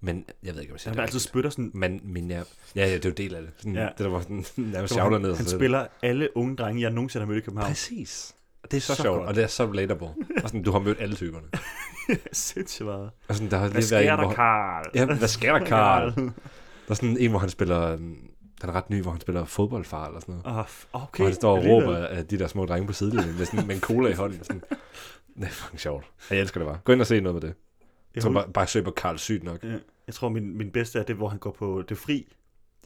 Speaker 3: Men jeg ved ikke, om jeg siger
Speaker 2: Han
Speaker 3: det
Speaker 2: der altid
Speaker 3: rigtigt.
Speaker 2: spytter sådan,
Speaker 3: Men Minerva... Ja, ja, det er jo en del af det. Sådan, ja.
Speaker 2: Ja.
Speaker 3: Det der var sådan, nærmest
Speaker 2: Det var
Speaker 3: sjavler ned. og
Speaker 2: han
Speaker 3: sådan noget.
Speaker 2: spiller alle unge drenge, jeg nogensinde har mødt i København.
Speaker 3: Præcis. Og Det er så,
Speaker 2: Så
Speaker 3: så sjovt,
Speaker 2: godt.
Speaker 3: og det er så relatable. Og sådan, du har mødt alle typerne.
Speaker 2: Sindssygt meget.
Speaker 3: Og sådan, der har
Speaker 2: Hvad
Speaker 3: lige været
Speaker 2: sker
Speaker 3: en,
Speaker 2: der,
Speaker 3: hvor...
Speaker 2: Karl?
Speaker 3: Ja, hvad sker der, Karl? Der er sådan en, hvor han spiller... øhm, Den er ret ny, hvor han spiller fodboldfar eller sådan noget.
Speaker 2: Åh, f- okay.
Speaker 3: Okay, og han står og
Speaker 2: alligevel.
Speaker 3: råber af de der små drenge på sidelinjen med, sådan, med en cola i hånden. Sådan. Det er fucking sjovt. Og Jeg elsker det bare. Gå ind og se noget med det.
Speaker 2: Jeg,
Speaker 3: Så
Speaker 2: tror,
Speaker 3: bare, bare søg på Karl sygt nok.
Speaker 2: ja, jeg tror, min, min bedste er det, hvor han går på det fri.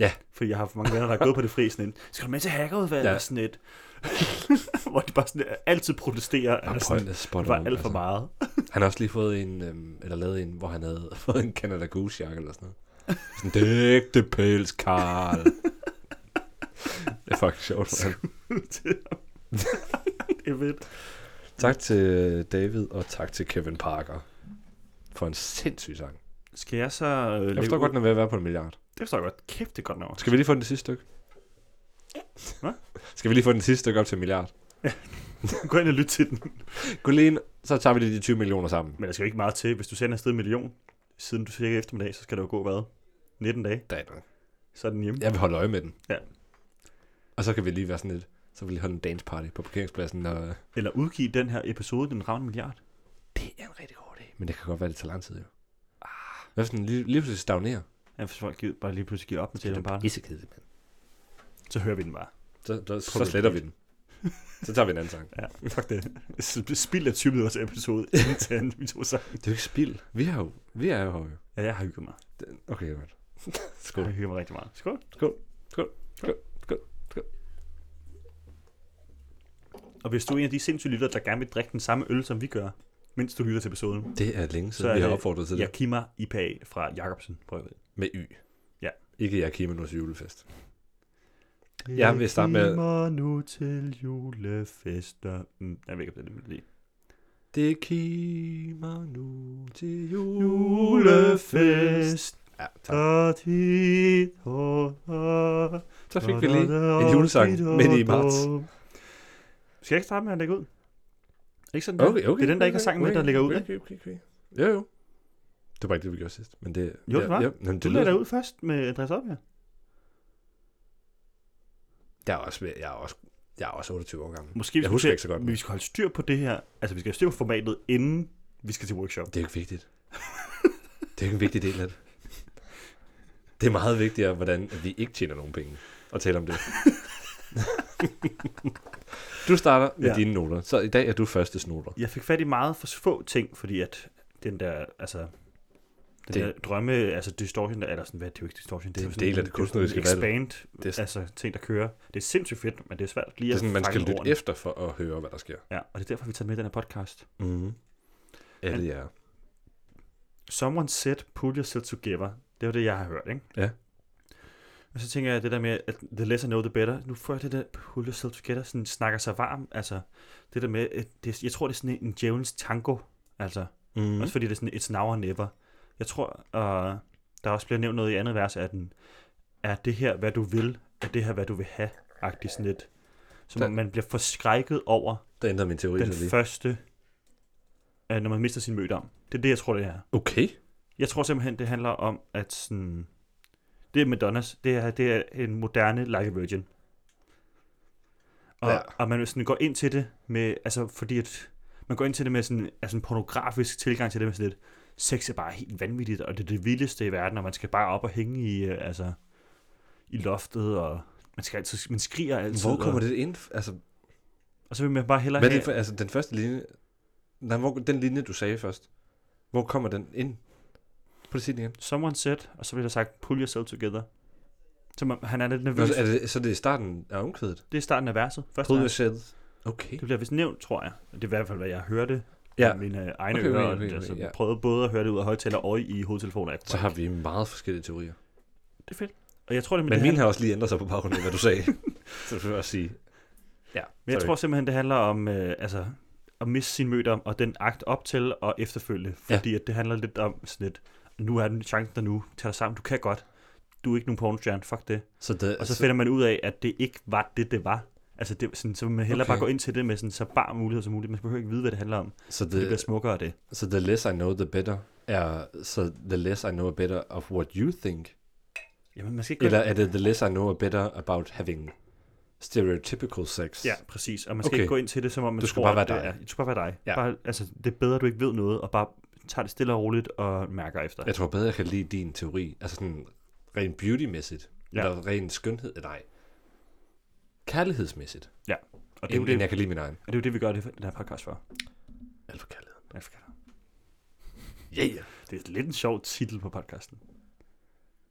Speaker 3: Ja.
Speaker 2: Fordi jeg har haft mange venner, der har gået på det fri sådan en, skal du med til hackerudvalget?
Speaker 3: Ja.
Speaker 2: Ja. Sådan et, hvor de bare sådan, altid protesterer.
Speaker 3: Ja,
Speaker 2: eller sådan,
Speaker 3: spot
Speaker 2: det var
Speaker 3: on,
Speaker 2: alt for meget.
Speaker 3: altså. Han har også lige fået en, øhm, eller lavet en, hvor han havde fået en Canada Goose jakke eller sådan noget. Sådan, det er ægte pels, Karl. det er fucking sjovt. Man.
Speaker 2: Jeg ved,
Speaker 3: Tak til øh, David, og tak til Kevin Parker for en sindssyg sang.
Speaker 2: skal jeg så... øh, lægge
Speaker 3: Jeg forstår
Speaker 2: ud?
Speaker 3: godt, den er ved at være på en milliard.
Speaker 2: Det forstår jeg godt. Kæft, det er godt nok.
Speaker 3: Skal vi lige få den sidste stykke?
Speaker 2: Hvad?
Speaker 3: Skal vi lige få den sidste stykke op til en milliard?
Speaker 2: Gå ind og lyt til den.
Speaker 3: Gå lige ind, så tager vi lige de 20 millioner sammen.
Speaker 2: Men der skal jo ikke meget til. Hvis du sender afsted en million, siden du cirka eftermiddag, så skal der jo gå, hvad? 19 dage,
Speaker 3: Der er noget.
Speaker 2: så er den hjemme.
Speaker 3: Jeg vil holde øje med den.
Speaker 2: Ja.
Speaker 3: Og så kan vi lige være sådan lidt, så vil vi lige holde en dance party på parkeringspladsen. Og...
Speaker 2: Eller udgive den her episode, den rammer en milliard.
Speaker 3: Det er en rigtig god idé. Men det kan godt være, det tager lang tid jo. Hvad hvis den lige, lige pludselig stagnerer?
Speaker 2: Ja, hvis folk gider bare lige pludselig give op med til den bare,
Speaker 3: pissekedeligt, mand.
Speaker 2: så hører vi den bare.
Speaker 3: Så, så, så sletter vi den. Så tager vi en anden sang.
Speaker 2: Ja, fuck det. Spild af 20 minutters episode, inden til anden, vi to sammen.
Speaker 3: Det er jo ikke spild. Vi er jo, vi er jo her jo.
Speaker 2: Ja, jeg har hygget mig.
Speaker 3: Den- Okay, godt.
Speaker 2: Jeg
Speaker 3: Skål.
Speaker 2: har hygget mig rigtig meget. Skål. Og hvis du er en af de sindssyge lyttere, der gerne vil drikke den samme øl, som vi gør, mens du lytter til episoden,
Speaker 3: Det er længe siden,
Speaker 2: Så er
Speaker 3: vi har
Speaker 2: det-
Speaker 3: opfordret til det.
Speaker 2: Yakima IPA fra Jacobsen, prøv at vide.
Speaker 3: Med Y.
Speaker 2: Ja.
Speaker 3: Ikke Jakimenos julefest. Ja, vi starter med-
Speaker 2: Kimer nu til julefester. Mm, jeg ved ikke, om det er det, lige.
Speaker 3: Det kimer nu til julefest.
Speaker 2: Julefest.
Speaker 3: Ja, tak.
Speaker 2: Og dit hår
Speaker 3: Så fik vi lige en julesang midt i marts.
Speaker 2: Skal jeg ikke starte med at lægge ud? Ikke sådan der? Det er den, der ikke har sang med, der lægger ud. ikke?
Speaker 3: Okay, okay, okay. Jo, jo. Det var ikke det, vi gjorde sidst. Men det,
Speaker 2: Jo, det var.
Speaker 3: Ja, jamen,
Speaker 2: Du
Speaker 3: det
Speaker 2: lader
Speaker 3: lyder,
Speaker 2: dig ud først med Andreas op her.
Speaker 3: Jeg er også, ved- jeg er også, jeg er også 28 år gammel.
Speaker 2: Måske vi
Speaker 3: Jeg
Speaker 2: skal
Speaker 3: husker
Speaker 2: til-
Speaker 3: ikke så godt.
Speaker 2: Men vi skal holde styr på det her. Altså, vi skal have styr på formatet, inden vi skal til workshop.
Speaker 3: Det er jo ikke vigtigt. det er jo ikke en vigtig del af det. Det er meget vigtigere, hvordan at vi ikke tjener nogen penge, og tale om det. du starter med
Speaker 2: Ja.
Speaker 3: ja. dine noter, så i dag er du første snoter.
Speaker 2: Jeg fik fat i meget for få ting, fordi at den der, altså, den
Speaker 3: Det-
Speaker 2: det. der drømme, altså distortion, der, eller sådan, hvad, det er jo ikke distortion, det er,
Speaker 3: Det er
Speaker 2: jo
Speaker 3: en
Speaker 2: sådan
Speaker 3: del af det
Speaker 2: jo sådan
Speaker 3: kunstneriske valg.
Speaker 2: Expand,
Speaker 3: Det er sådan-
Speaker 2: altså ting, der kører. Det er sindssygt fedt, men det er svært lige
Speaker 3: Det er
Speaker 2: at
Speaker 3: sådan, man skal
Speaker 2: fange
Speaker 3: lytte
Speaker 2: ordene.
Speaker 3: efter for at høre, hvad der sker.
Speaker 2: Ja, og det er derfor, vi tager med i den her podcast.
Speaker 3: Mm. Ja, det er.
Speaker 2: Someone said, pull yourself together. Det var det, jeg har hørt, ikke?
Speaker 3: Ja.
Speaker 2: Og så tænker jeg det der med, at the less I know, the better. Nu får jeg det der pull yourself together, sådan snakker sig varm. Altså, det der med, at det, jeg tror, det er sådan en djævelens tango. Altså, Mm.
Speaker 3: Mm.
Speaker 2: Også fordi det er sådan, it's now or never. Jeg tror, uh, der også bliver nævnt noget i andet vers, at den, er det her, hvad du vil? Er det her, hvad du vil have? Agtigt sådan lidt. Som
Speaker 3: Der-
Speaker 2: om man bliver forskrækket over
Speaker 3: Der ændrer min teori
Speaker 2: den
Speaker 3: så lige.
Speaker 2: første, uh, når man mister sin mødom. Det er det, jeg tror, det er.
Speaker 3: Okay.
Speaker 2: Jeg tror simpelthen, det handler om, at sådan... Det er Madonnas. Det er, det er en moderne Like a Virgin. Og,
Speaker 3: Ja.
Speaker 2: ja. og man sådan går ind til det med... Altså, fordi at... Man går ind til det med sådan, altså en pornografisk tilgang til det med sådan lidt... Sex er bare helt vanvittigt, og det er det vildeste i verden, og man skal bare op og hænge i, øh, altså, i loftet, og man, skal altid, man skriger altid.
Speaker 3: Hvor kommer
Speaker 2: og,
Speaker 3: det ind? Altså,
Speaker 2: Og så vil man bare hellere
Speaker 3: hvad er
Speaker 2: have...
Speaker 3: det for, altså den første linje, nej, hvor, den linje, du sagde først, hvor kommer den ind? Prøv at sige den igen.
Speaker 2: Someone said, og så bliver der sagt, pull yourself together. Så man, han er lidt
Speaker 3: Nå,
Speaker 2: nervøs.
Speaker 3: så, er det, så det er starten af omkvædet?
Speaker 2: Det er starten af verset. Første
Speaker 3: Prøv
Speaker 2: vers.
Speaker 3: at sætte. Okay.
Speaker 2: Det bliver vist nævnt, tror jeg. Det er i hvert fald, hvad jeg hørte
Speaker 3: Ja.
Speaker 2: ja. af mine øh, egne
Speaker 3: Okay,
Speaker 2: okay, ører.
Speaker 3: okay,
Speaker 2: Okay,
Speaker 3: okay,
Speaker 2: altså,
Speaker 3: okay, ja.
Speaker 2: jeg prøvede både at høre det ud af højtaler og i hovedtelefoner. Jeg kunne
Speaker 3: Så
Speaker 2: bare
Speaker 3: har
Speaker 2: ikke.
Speaker 3: vi meget forskellige teorier.
Speaker 2: Det er fedt. Og jeg tror, det,
Speaker 3: Men,
Speaker 2: men
Speaker 3: Men
Speaker 2: det
Speaker 3: min
Speaker 2: handler,
Speaker 3: har også lige ændret sig på baggrund af, hvad du sagde. så du også sige. Ja,
Speaker 2: men jeg tror simpelthen, det handler om øh, altså, at miste sin mødom og den akt op til og efterfølge.
Speaker 3: Ja.
Speaker 2: Fordi ja. at det handler lidt om sådan lidt, nu er den chancen der nu, tag dig sammen, du kan godt. Du er ikke nogen pornostjerne, fuck det.
Speaker 3: Så det,
Speaker 2: Og så finder man ud af, at det ikke var det, det var. Altså, det, sådan, så vil man hellere
Speaker 3: Okay.
Speaker 2: okay. bare gå ind til det med sådan, så bar mulighed som muligt. Man behøver ikke vide, hvad det handler om.
Speaker 3: så,
Speaker 2: Det, det bliver
Speaker 3: det,
Speaker 2: smukkere af det.
Speaker 3: så the less I know, the better. Er så the less I know better of what you think?
Speaker 2: Jamen, man skal ikke
Speaker 3: Eller er det the less I know better about having stereotypical sex?
Speaker 2: Ja, præcis. Og man skal
Speaker 3: Okay.
Speaker 2: okay. ikke gå ind til det, som om man
Speaker 3: Du skal
Speaker 2: tror,
Speaker 3: bare
Speaker 2: at
Speaker 3: være
Speaker 2: det
Speaker 3: dig.
Speaker 2: Er, du skal bare være dig.
Speaker 3: Ja.
Speaker 2: Ja. Bare, altså, det er bedre, at du ikke ved noget, og bare tager det stille og roligt og mærker efter.
Speaker 3: Jeg tror bedre, jeg kan lide din teori. Altså sådan rent beautymæssigt. Ja.
Speaker 2: Ja.
Speaker 3: Eller rent skønhed. eh, Nej. Kærlighedsmæssigt.
Speaker 2: Ja. Og det er jo
Speaker 3: End, end jeg
Speaker 2: det,
Speaker 3: kan lide min egen.
Speaker 2: og det, er jo det vi gør det, den her podcast for.
Speaker 3: Alt for kærlighed.
Speaker 2: Ja, for katter.
Speaker 3: Yeah.
Speaker 2: Det er lidt en sjov titel på podcasten.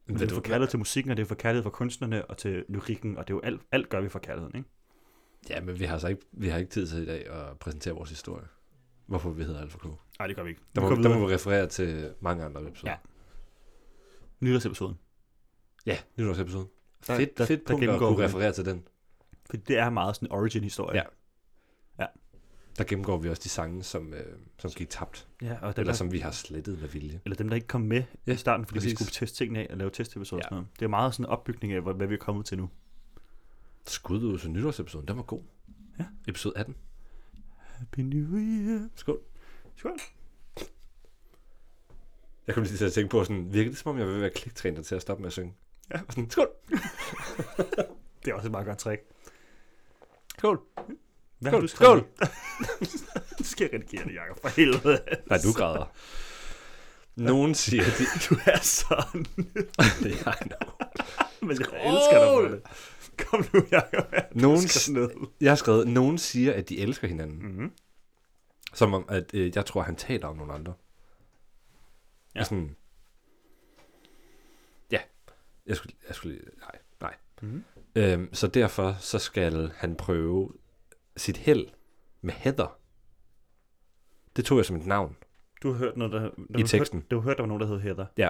Speaker 2: Men
Speaker 3: Ved
Speaker 2: det er
Speaker 3: du
Speaker 2: for
Speaker 3: hvad?
Speaker 2: kærlighed til musikken, og det er for kærlighed for kunstnerne og til lyrikken, og det er jo alt, alt gør vi for kærligheden, ikke?
Speaker 3: Ja, men vi har altså ikke, vi har ikke tid til i dag at præsentere vores historie. Hvorfor vi hedder Alfa K. Der
Speaker 2: Nej, det gør vi ikke. Vi
Speaker 3: må,
Speaker 2: går
Speaker 3: der må
Speaker 2: videre.
Speaker 3: vi referere til mange andre episoder.
Speaker 2: Ja. Nytårsepisoden.
Speaker 3: ja nytårsepisoden.
Speaker 2: Der-
Speaker 3: fedt,
Speaker 2: der-
Speaker 3: fedt
Speaker 2: der
Speaker 3: punkt at
Speaker 2: gennemgår
Speaker 3: kunne
Speaker 2: vi-
Speaker 3: referere til den.
Speaker 2: Fordi det er meget sådan en origin-historie.
Speaker 3: Ja. Der gennemgår vi også de sange, som, øh, som gik tabt.
Speaker 2: ja og den
Speaker 3: Eller
Speaker 2: der,
Speaker 3: som vi har slettet med vilje.
Speaker 2: eller dem, der ikke kom med
Speaker 3: Ja,
Speaker 2: i starten, fordi
Speaker 3: præcis.
Speaker 2: vi skulle teste tingene af og lave testepisoder
Speaker 3: Ja.
Speaker 2: og sådan noget. Det er meget sådan en opbygning af, hvad, hvad vi er kommet til nu.
Speaker 3: Skud ud til nytårsepisoden, den var god.
Speaker 2: Ja.
Speaker 3: Episode 18.
Speaker 2: Happy New Year.
Speaker 3: Skål.
Speaker 2: Skål.
Speaker 3: Jeg kom lige til at tænke på, sådan, virker det som om, jeg vil være kliktræner til at stoppe med at synge? Ja. Og sådan, skål.
Speaker 2: Det er også et meget godt trick.
Speaker 3: Skål.
Speaker 2: Hvad
Speaker 3: Skål.
Speaker 2: har du
Speaker 3: Skål.
Speaker 2: skrevet? Nu skal jeg redigere det, Jacob, for helvede.
Speaker 3: Nej, du græder. Nogen siger, at de...
Speaker 2: Du er sådan.
Speaker 3: Ja, I know.
Speaker 2: Men jeg elsker dig for det. Kom nu, Jacob.
Speaker 3: Nogen,
Speaker 2: Skal ned.
Speaker 3: jeg har skrevet, nogen siger, at de elsker hinanden.
Speaker 2: Mm-hmm.
Speaker 3: Som om, at øh, jeg tror, han taler om nogle andre.
Speaker 2: Ja.
Speaker 3: Og Sådan, ja. Jeg skulle, jeg skulle lige- nej, nej.
Speaker 2: Mhm.
Speaker 3: Øhm, så derfor, så skal han prøve sit held med Heather. Det tog jeg som et navn.
Speaker 2: Du har hørt noget, der... der
Speaker 3: I teksten.
Speaker 2: Hørte, du har hørt, der var nogen, der hed Heather.
Speaker 3: Ja.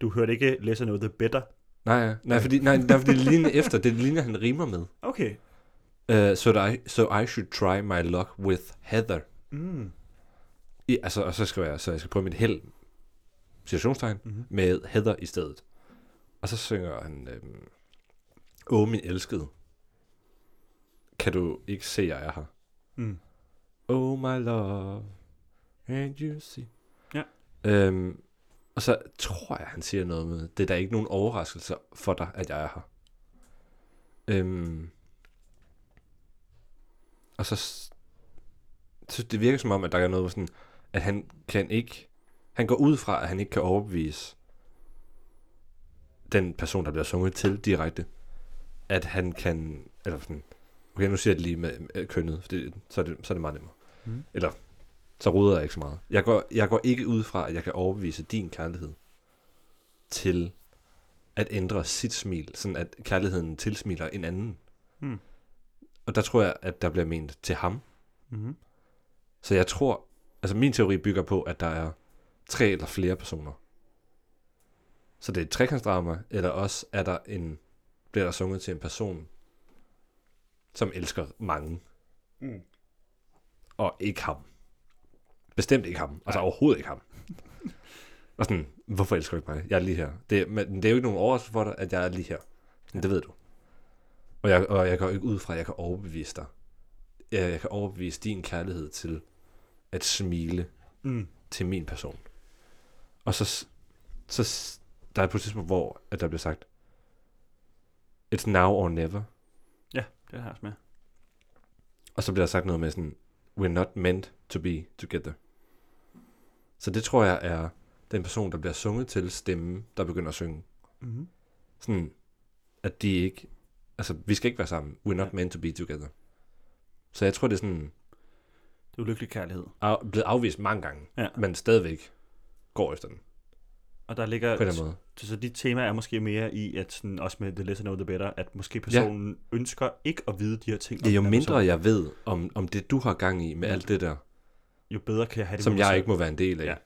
Speaker 2: Du hørte ikke Lesser Know The Better.
Speaker 3: Nej, nej, fordi, nej, nej, fordi det ligner efter, det ligner, han rimer med.
Speaker 2: Okay.
Speaker 3: Uh, so, that I, so I should try my luck with Heather.
Speaker 2: Mm.
Speaker 3: I, altså, og så skal jeg, så jeg skal prøve mit held, situationstegn, mm-hmm.
Speaker 2: Mhm.
Speaker 3: med Heather i stedet. Og så synger han, øhm, Åh, min elskede, kan du ikke se, jeg er her?
Speaker 2: Mm.
Speaker 3: Oh my love, and you see.
Speaker 2: Ja.
Speaker 3: Øhm, Og så tror jeg, han siger noget med, det er da ikke nogen overraskelse for dig, at jeg er her. Øhm. Og så, s- så det virker som om, at der er noget hvor sådan, at han kan ikke, han går ud fra, at han ikke kan overbevise den person, der bliver sunget til direkte, at han kan, eller sådan, okay, nu siger jeg det lige med, med kønnet, for det, så, er det, så er det meget nemmere.
Speaker 2: Mhm.
Speaker 3: Mm. Eller, så ruder jeg ikke så meget. Jeg går, jeg går ikke ud fra, at jeg kan overbevise din kærlighed til at ændre sit smil, sådan at kærligheden tilsmiler en anden.
Speaker 2: Mm.
Speaker 3: Og der tror jeg, at der bliver ment til ham.
Speaker 2: Mm-hmm.
Speaker 3: Så jeg tror, altså min teori bygger på, at der er tre eller flere personer. Så det er et trekantsdrama, eller også er der en, bliver der sunget til en person, som elsker mange.
Speaker 2: Mm.
Speaker 3: Og ikke ham. Bestemt ikke ham. Altså overhovedet ikke ham. Og sådan, hvorfor elsker du ikke mig? Jeg er lige her. Det, men det er jo ikke nogen overraskelse for dig, at jeg er lige her. Men det ved du. Og jeg, og jeg går ikke ud fra, at jeg kan overbevise dig. Jeg, jeg kan overbevise din kærlighed til at smile
Speaker 2: Mm.
Speaker 3: til min person. Og så, s- så s- der er på et tidspunkt, hvor at der bliver sagt, it's now or never.
Speaker 2: Det har jeg også med.
Speaker 3: Og så bliver der sagt noget med sådan, we're not meant to be together. Så det tror jeg er den person, der bliver sunget til stemme, der begynder at synge.
Speaker 2: Mm-hmm.
Speaker 3: Sådan, at de ikke, altså vi skal ikke være sammen. We're not meant to be together. Så jeg tror, det er sådan,
Speaker 2: Det er ulykkelig kærlighed.
Speaker 3: af, blevet afvist mange gange,
Speaker 2: Ja.
Speaker 3: men stadigvæk går efter den,
Speaker 2: Og der ligger...
Speaker 3: på en eller anden måde.
Speaker 2: Så, så dit tema er måske mere i, at sådan, også med The Lesser Know The Better, at måske personen ja. ønsker ikke at vide de her ting.
Speaker 3: Ja,
Speaker 2: om
Speaker 3: jo
Speaker 2: den anden
Speaker 3: mindre
Speaker 2: person,
Speaker 3: jeg ved om, om det, du har gang i med
Speaker 2: Ja.
Speaker 3: alt det der,
Speaker 2: jo bedre kan jeg have det
Speaker 3: som
Speaker 2: med mig
Speaker 3: jeg
Speaker 2: selv.
Speaker 3: ikke må være en del af,
Speaker 2: Ja.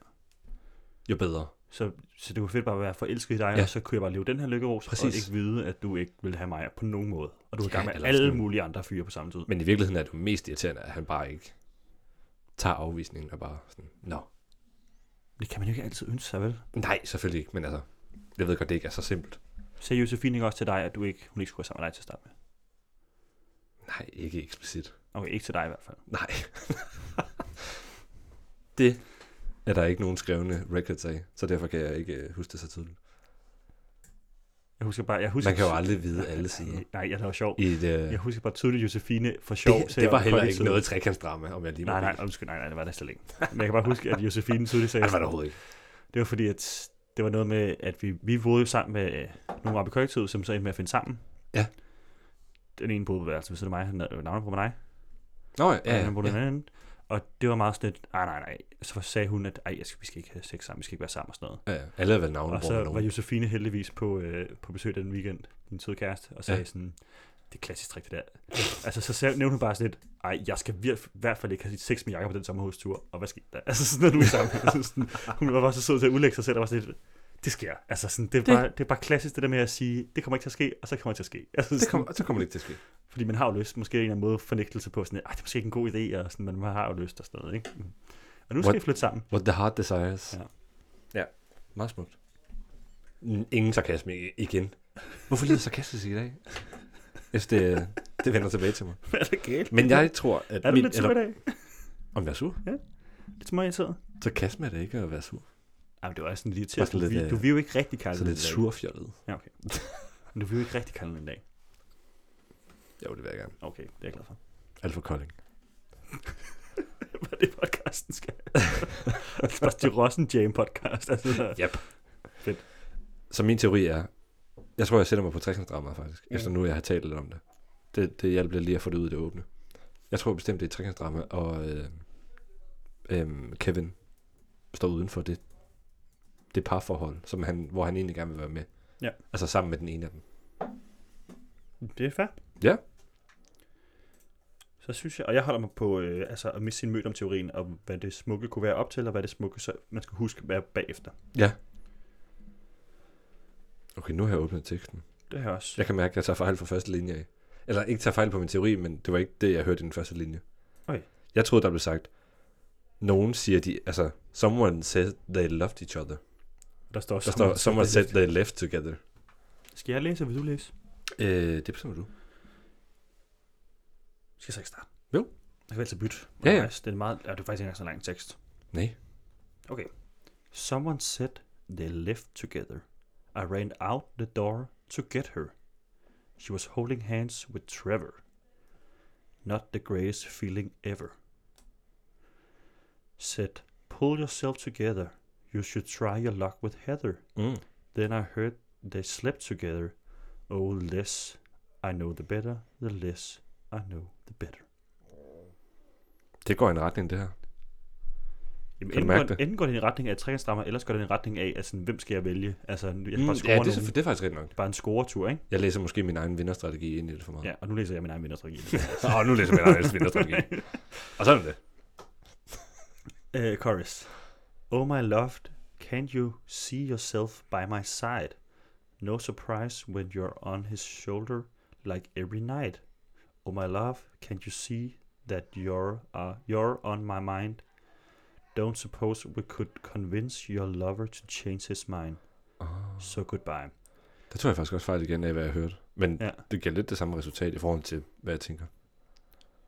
Speaker 3: jo bedre.
Speaker 2: Så, så det kunne fedt bare at være forelsket i dig, ja.
Speaker 3: Ja.
Speaker 2: og så kunne jeg bare leve den her lykkerose, og
Speaker 3: Præcis.
Speaker 2: ikke vide, at du ikke vil have mig på nogen måde. Og du er i
Speaker 3: Ja,
Speaker 2: gang med
Speaker 3: eller
Speaker 2: alle
Speaker 3: sådan-
Speaker 2: mulige andre fyre på samme tid.
Speaker 3: Men i virkeligheden er det jo mest irriterende, at han bare ikke tager afvisningen og bare sådan, nå,
Speaker 2: Det kan man jo ikke altid ønske sig, vel?
Speaker 3: nej, selvfølgelig ikke, men altså, jeg ved godt, det ikke er så simpelt.
Speaker 2: Sagde Josefine ikke også til dig, at du ikke, hun ikke skulle være sammen med dig til at starte med?
Speaker 3: Nej, ikke eksplicit.
Speaker 2: Okay, ikke til dig i hvert fald.
Speaker 3: Nej. det er der ikke nogen skrevne records af, så derfor kan jeg ikke øh, huske det så tydeligt.
Speaker 2: Jeg husker bare, jeg husker...
Speaker 3: Man kan jo aldrig vide alle sider.
Speaker 2: Nej, jeg laver sjov.
Speaker 3: I et, øh,
Speaker 2: Jeg husker bare tydeligt Josefine for sjov.
Speaker 3: det,
Speaker 2: sagde
Speaker 3: det var
Speaker 2: jeg-
Speaker 3: heller
Speaker 2: Kolding
Speaker 3: ikke
Speaker 2: Syd.
Speaker 3: noget trekantsdrama, om jeg lige må
Speaker 2: Nej, nej,
Speaker 3: bede.
Speaker 2: undskyld, nej, nej, det var det slet ikke. Men jeg kan bare huske, at Josefine tydeligt sagde...
Speaker 3: Ej, det var der overhovedet ikke.
Speaker 2: Det var fordi, at det var noget med, at vi, vi boede jo sammen med øh, nogle oppe i kollektivet, som så endte med at finde sammen.
Speaker 3: Ja.
Speaker 2: Den ene boede på værelset ved siden af mig, han havde jo navnet på med dig,
Speaker 3: Nå, ja,
Speaker 2: og den
Speaker 3: ja,
Speaker 2: anden boede
Speaker 3: ja.
Speaker 2: ja. den anden. Og det var meget sådan et, nej, nej, nej. Så sagde hun, at ej, jeg skal, vi skal ikke have sex sammen, vi skal ikke være sammen og sådan noget.
Speaker 3: Ja, ja. Alle er vel navnet
Speaker 2: Og
Speaker 3: på
Speaker 2: så Altså, var
Speaker 3: nogen.
Speaker 2: Josefine heldigvis på, øh, på besøg den weekend, din søde kæreste, og sagde ja.
Speaker 3: Ja.
Speaker 2: sådan, det er klassisk trick, det der. altså, så sagde, nævnte hun bare sådan lidt, ej, jeg skal vir- i hvert fald ikke have sex med Jacob på den sommerhustur, og hvad skete der? Altså, sådan noget nu sammen. altså, sådan, hun var bare så sød til at udlægge sig selv, og var sådan lidt, det sker. Altså, sådan, det, er bare, det er bare klassisk, det der med at sige, det kommer ikke til at ske, og så kommer det til at ske. Altså,
Speaker 3: Det
Speaker 2: sådan,
Speaker 3: kommer, så kommer det ikke til at ske.
Speaker 2: Fordi man har jo lyst, måske en eller anden måde fornægtelse på, sådan, ej, det er måske ikke en god idé, og sådan, men man har jo lyst og sådan noget, ikke? Mm. Og nu skal
Speaker 3: What-
Speaker 2: vi flytte sammen.
Speaker 3: What the heart desires.
Speaker 2: Ja.
Speaker 3: ja. Meget smukt. N- Ingen sarkasme i- igen. Hvorfor lyder sarkastisk i dag? Hvis det, øh, det vender tilbage til mig.
Speaker 2: Hvad er der galt?
Speaker 3: Men jeg tror, at...
Speaker 2: er du
Speaker 3: min-
Speaker 2: lidt sur i dag?
Speaker 3: Om jeg er sur?
Speaker 2: Lidt småirriteret?
Speaker 3: Sarkasme er det ikke at være sur.
Speaker 2: Jamen, det var sådan lige til,
Speaker 3: Bare sådan
Speaker 2: du,
Speaker 3: lidt,
Speaker 2: vi,
Speaker 3: øh,
Speaker 2: du vil jo ikke rigtig kalde
Speaker 3: Så
Speaker 2: den
Speaker 3: lidt
Speaker 2: i dag.
Speaker 3: surfjollet.
Speaker 2: Ja, okay. Men du vil jo ikke rigtig kalde den i dag.
Speaker 3: Jo, det vil jeg gerne.
Speaker 2: Okay, det er jeg glad for.
Speaker 3: Alt for kolding.
Speaker 2: Hvad er det podcasten skal? det er bare til Rossen Jam podcast. Altså,
Speaker 3: Yep.
Speaker 2: Fedt.
Speaker 3: Så min teori er... Jeg tror, jeg sætter mig på trekantsdramaet faktisk, mm. efter nu jeg har talt lidt om det. Det, det hjalp lidt lige at få det ud i det åbne. Jeg tror bestemt, det er et trekantsdrama, og øh, øh, Kevin står uden for det, det parforhold, som han, hvor han egentlig gerne vil være med.
Speaker 2: Ja.
Speaker 3: Altså sammen med den ene af dem.
Speaker 2: Det er fair.
Speaker 3: Ja.
Speaker 2: Så synes jeg, og jeg holder mig på øh, altså at miste sin mød om teorien, og hvad det smukke kunne være op til, og hvad det smukke, så man skal huske, hvad er bagefter.
Speaker 3: Okay, nu har jeg åbnet teksten.
Speaker 2: Det har jeg også.
Speaker 3: Jeg kan mærke, at jeg tager fejl fra første linje af. Eller ikke tager fejl på min teori, men det var ikke det, jeg hørte i den første linje.
Speaker 2: Okay.
Speaker 3: Jeg troede, der blev sagt, nogen siger de, altså, someone said they loved each other.
Speaker 2: Der står,
Speaker 3: Der står, someone said they left together.
Speaker 2: Skal jeg læse, eller vil du læse?
Speaker 3: Øh, det bestemmer du.
Speaker 2: Skal jeg så ikke starte?
Speaker 3: Jo.
Speaker 2: Jeg kan altid bytte.
Speaker 3: Ja, ja.
Speaker 2: Det er en meget, ja, det er faktisk ikke engang så lang tekst.
Speaker 3: Nej.
Speaker 2: Someone said They left together. I ran out the door to get her. She was holding hands with Trevor. Not the greatest feeling ever. Said, Pull yourself together. You should try your luck with Heather.
Speaker 3: Mm.
Speaker 2: Then I heard they slept together. Oh, less I know the better, the less I know the better.
Speaker 3: Det går i en retning, det her.
Speaker 2: Jamen,
Speaker 3: Kan
Speaker 2: enten,
Speaker 3: du mærke
Speaker 2: går,
Speaker 3: det?
Speaker 2: enten går det i en retning af trekantsdrammer, ellers går det i en retning af, at sådan, hvem skal jeg vælge? Altså, jeg kan bare
Speaker 3: Mm,
Speaker 2: score
Speaker 3: ja,
Speaker 2: nogen.
Speaker 3: det, er- det er faktisk rigtigt nok.
Speaker 2: Bare en scoretur, ikke?
Speaker 3: Jeg læser måske min egen vinderstrategi ind i det for meget.
Speaker 2: Ja, og nu læser jeg min egen vinderstrategi.
Speaker 3: Åh, oh, nu læser jeg min egen vinderstrategi. Og sådan er det.
Speaker 2: uh, chorus. Oh my loved, can't you see yourself by my side? No surprise when you're on his shoulder like every night. Oh my love, can't you see that you're uh, you're on my mind? Don't suppose we could convince your lover to change his mind.
Speaker 3: Oh.
Speaker 2: So goodbye.
Speaker 3: Der tror jeg faktisk også fejl igen af, hvad jeg hørte. Men
Speaker 2: Ja.
Speaker 3: ja. det giver lidt det samme resultat i forhold til, hvad jeg tænker.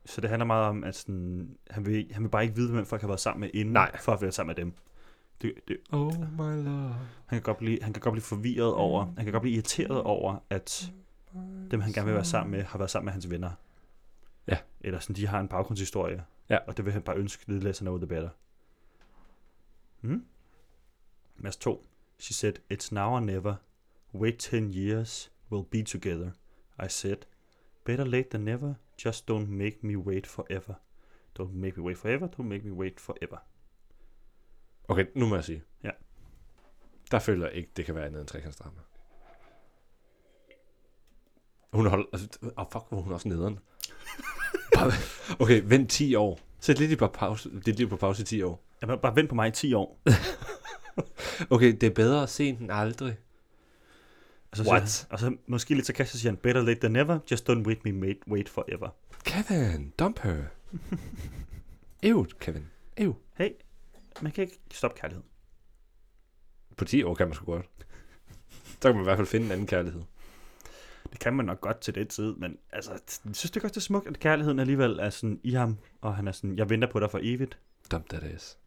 Speaker 2: Så det handler meget om, at sådan, han, vil, han vil bare ikke vide, hvem folk har været sammen med inden,
Speaker 3: Nej.
Speaker 2: for at være sammen med dem. Det, det,
Speaker 3: Oh my love.
Speaker 2: han, kan godt blive, han kan godt blive
Speaker 3: Mm.
Speaker 2: forvirret over, han kan godt blive irriteret over, at dem, han gerne vil være sammen med, har været sammen med hans venner.
Speaker 3: Ja.
Speaker 2: Eller sådan, de har en baggrundshistorie.
Speaker 3: Ja.
Speaker 2: Og det vil han bare ønske, lidt less know the better. Mm? Vers 2. She said, it's now or never. Wait 10 years, we'll be together. I said, better late than never. Just don't make me wait forever. Don't make me wait forever, don't make me wait forever.
Speaker 3: Okay, nu må jeg sige.
Speaker 2: Ja.
Speaker 3: Der føler jeg ikke, det kan være andet end trekantsdrama. Hun holder... Altså, oh fuck, hvor er hun også nederen. Bare- okay, vent 10 år. Sæt lidt i på pause, det lige på pause i 10 år.
Speaker 2: Jamen, bare vent på mig i 10 år.
Speaker 3: Okay, det er bedre sent end aldrig.
Speaker 2: Og så,
Speaker 3: What?
Speaker 2: Siger, han- og så måske lidt sarkastisk siger han, better late than never, just don't wait me mate, wait forever.
Speaker 3: Kevin, dump her. Ew, Kevin. Ew.
Speaker 2: Hey, man kan ikke stoppe kærlighed.
Speaker 3: På 10 år kan man sgu godt. Så kan man i hvert fald finde en anden kærlighed.
Speaker 2: Det kan man nok godt til den tid, men altså, jeg synes det godt, det er smukt, at kærligheden alligevel er sådan i ham, og han er sådan, jeg venter på dig for evigt.
Speaker 3: Dump that ass.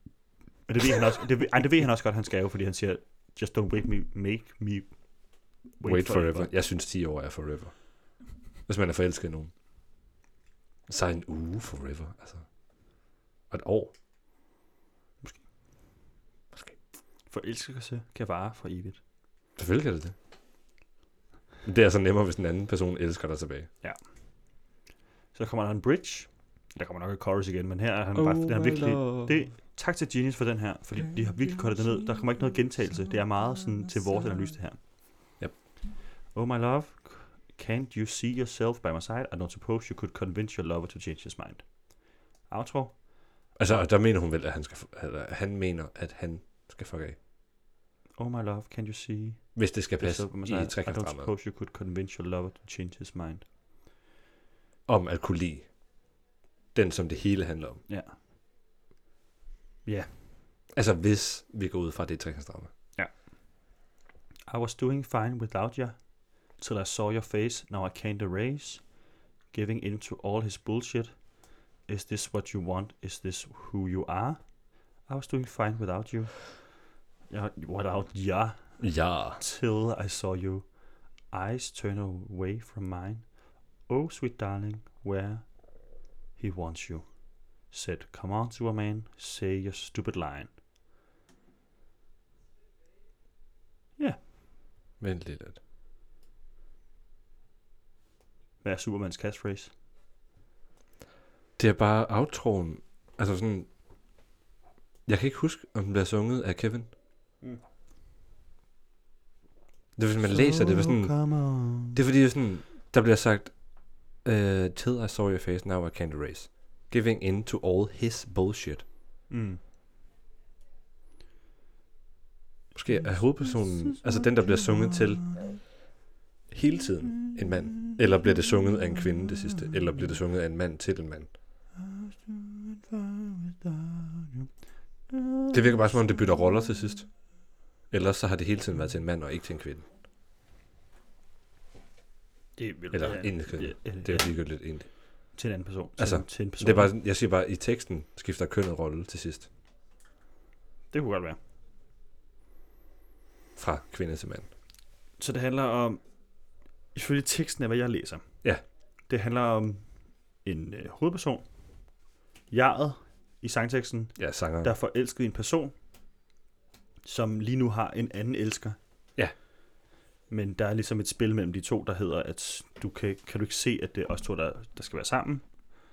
Speaker 2: Men det ved han også, det ved, ej, det ved han også godt, han skal jo, fordi han siger, just don't wait me, make me wait,
Speaker 3: Wait, Wait forever. forever. Jeg synes 10 år er forever. Hvis man er forelsket i nogen. Så er en uge forever, altså. Og et år.
Speaker 2: Forelskelse kan vare for evigt.
Speaker 3: Selvfølgelig kan det det. Men det er så nemmere, hvis den anden person elsker dig tilbage.
Speaker 2: Så kommer der en bridge. Der kommer nok et chorus igen, men her er han, oh bare, han er virkelig, Det, tak til Genius for den her, fordi de har virkelig kortet det ned. Der kommer ikke noget gentagelse. Det er meget sådan til vores analyse det her.
Speaker 3: Yep.
Speaker 2: Oh my love, can't you see yourself by my side? I don't suppose you could convince your lover to change his mind. Outro.
Speaker 3: Altså, og der mener hun vel, at han, skal, eller, han mener, at han skal fuck af.
Speaker 2: Oh my love, can't you see
Speaker 3: Hvis det skal passe
Speaker 2: yourself by my side?
Speaker 3: i
Speaker 2: I don't
Speaker 3: trekantsdramaet.
Speaker 2: suppose you could convince your lover to change his mind.
Speaker 3: Om at kunne lide den, som det hele handler om.
Speaker 2: Ja. Ja.
Speaker 3: Altså, hvis vi går ud fra at det er trekantsdrama.
Speaker 2: I was doing fine without you till I saw your face. Now I can't erase. Giving in to all his bullshit. Is this what you want? Is this who you are? I was doing fine without you. Yeah, without ya
Speaker 3: Ja.
Speaker 2: till I saw you. Eyes turn away from mine. Oh, sweet darling, where he wants you. Said, come on, Superman, say your stupid line.
Speaker 3: Vent lige lidt.
Speaker 2: Hvad er Supermans catchphrase?
Speaker 3: Det er bare outroen. Altså sådan... Jeg kan ikke huske, om den bliver sunget af Kevin.
Speaker 2: Mm.
Speaker 3: Det er, hvis man læser det, det, er sådan,
Speaker 2: Come on.
Speaker 3: det er fordi, det er sådan, der bliver sagt, uh, Till I saw your face, now I can't erase. Giving in to all his bullshit.
Speaker 2: Mm.
Speaker 3: Måske er
Speaker 2: Mm.
Speaker 3: hovedpersonen, altså den, der bliver sunget til hele tiden, en mand. Eller bliver det sunget af en kvinde det sidste, eller bliver det sunget af en mand til en mand. Det virker bare som om, det bytter roller til sidst. Ellers så har det hele tiden været til en mand og ikke til en kvinde.
Speaker 2: Det vil
Speaker 3: Eller
Speaker 2: ja,
Speaker 3: en kvinde.
Speaker 2: Ja, eller,
Speaker 3: Det er jo ligegyldigt egentlig.
Speaker 2: til en anden person. Til,
Speaker 3: Altså,
Speaker 2: altså, til en person.
Speaker 3: Det er bare, sådan- jeg siger bare, at i teksten skifter kønnet rolle til sidst.
Speaker 2: det kunne godt være.
Speaker 3: fra kvinde til mand.
Speaker 2: Så det handler om, ifølge teksten af, hvad jeg læser.
Speaker 3: Ja.
Speaker 2: Det handler om en øh, hovedperson, jaret i sangteksten,
Speaker 3: Ja, sangeren.
Speaker 2: der er forelsket i en person, som lige nu har en anden elsker.
Speaker 3: Ja.
Speaker 2: Men der er ligesom et spil mellem de to, der hedder, at du kan, kan du ikke se, at det er os to, der, der skal være sammen.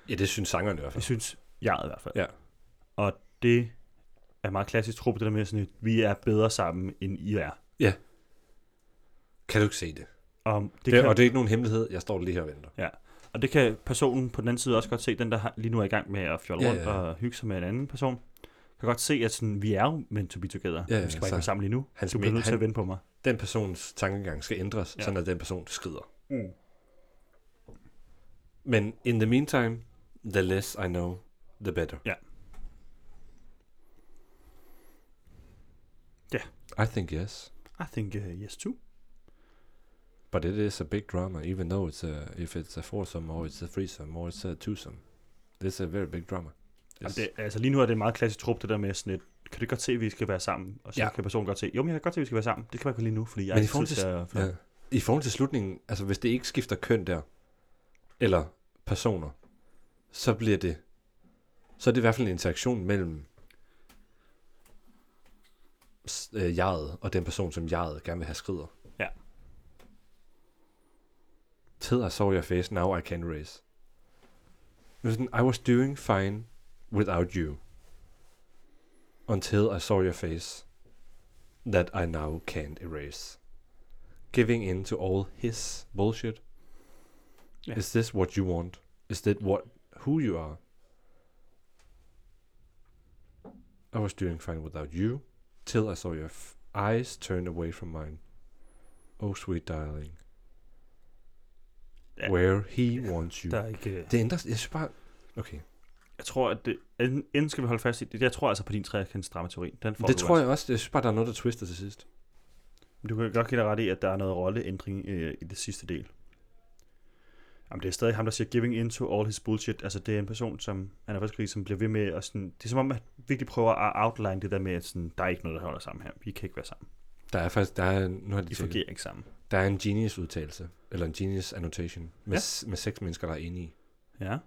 Speaker 3: Ja, det synes sangeren i hvert
Speaker 2: Jeg
Speaker 3: fald.
Speaker 2: synes, jeg i hvert fald.
Speaker 3: Ja.
Speaker 2: Og det er meget klassisk tro på det der med sådan, at vi er bedre sammen, end I er.
Speaker 3: Kan du ikke se det?
Speaker 2: Og det,
Speaker 3: det,
Speaker 2: det, kan,
Speaker 3: Og det er ikke nogen hemmelighed. Jeg står lige her og venter.
Speaker 2: Og det kan personen på den anden side også godt se, den der har- lige nu er i gang med at fjolle
Speaker 3: Ja,
Speaker 2: rundt
Speaker 3: ja, ja.
Speaker 2: og hygge sig med en anden person, kan godt se, at sådan, vi er jo meant to be together.
Speaker 3: Ja, ja,
Speaker 2: vi skal bare ikke
Speaker 3: så-
Speaker 2: være sammen lige nu.
Speaker 3: Hans
Speaker 2: Du bliver
Speaker 3: men-
Speaker 2: nødt til
Speaker 3: han-
Speaker 2: at vente på mig.
Speaker 3: Den persons tankegang skal ændres,
Speaker 2: Ja.
Speaker 3: ja. sådan at den person skrider.
Speaker 2: Mm.
Speaker 3: Men in the meantime, the less I know, the better.
Speaker 2: Ja. Ja.
Speaker 3: I think yes.
Speaker 2: I think uh, yes too.
Speaker 3: But it is a big drama, even though it's a, if it's a foursome, or it's a threesome, or it's a twosome. It's a very big drama.
Speaker 2: Yes. Det, altså lige nu er det en meget klassisk trup, det der med sådan et, kan du godt se, at vi skal være sammen? Og så ja.
Speaker 3: Ja.
Speaker 2: kan personen godt se, jo, men jeg kan godt se, at vi skal være sammen. Det kan jeg godt lige nu, fordi jeg
Speaker 3: Men
Speaker 2: er
Speaker 3: i
Speaker 2: ikke
Speaker 3: forhold
Speaker 2: tid
Speaker 3: til-
Speaker 2: at...
Speaker 3: Ja. I forhold til slutningen, altså hvis det ikke skifter køn der, eller personer, så bliver det, så er det i hvert fald en interaktion mellem s- øh, jeget og den person, som jeget gerne vil have skrider.
Speaker 2: Ja.
Speaker 3: Ted, I saw your face, now I can raise. Det var sådan, I was doing fine without you. Until I saw your face, that I now can't erase. giving in to all his bullshit.
Speaker 2: Ja.
Speaker 3: Is this what you want? Is that what who you are? I was doing fine without you, till I saw your f- eyes turn away from mine. Oh sweet darling,
Speaker 2: Ja.
Speaker 3: where he wants you.
Speaker 2: Der er ikke, øh,
Speaker 3: Det ændres. Jeg synes bare. Okay.
Speaker 2: jeg tror, at det, enten enten skal vi holde fast i det. Jeg tror altså på din trækantsdramateori. Den får
Speaker 3: Det
Speaker 2: du
Speaker 3: tror
Speaker 2: altså.
Speaker 3: jeg også. Jeg synes bare, der er noget, der twister til sidst.
Speaker 2: Du kan godt give dig ret i, at der er noget rolleændring øh, i det sidste del. Jamen, det er stadig ham, der siger giving into all his bullshit. Altså, det er en person, som han er faktisk rigtig, som bliver ved med at sådan... Det er som om, at han virkelig prøver at outline det der med, at sådan, der er ikke noget, der holder sammen her. Vi kan ikke være sammen.
Speaker 3: Der er faktisk, der er, nu har de
Speaker 2: Vi
Speaker 3: tjekket.
Speaker 2: fungerer ikke sammen.
Speaker 3: der er en genius udtalelse, eller en genius annotation, med,
Speaker 2: Ja.
Speaker 3: s- med seks mennesker, der er enige. i.
Speaker 2: Ja.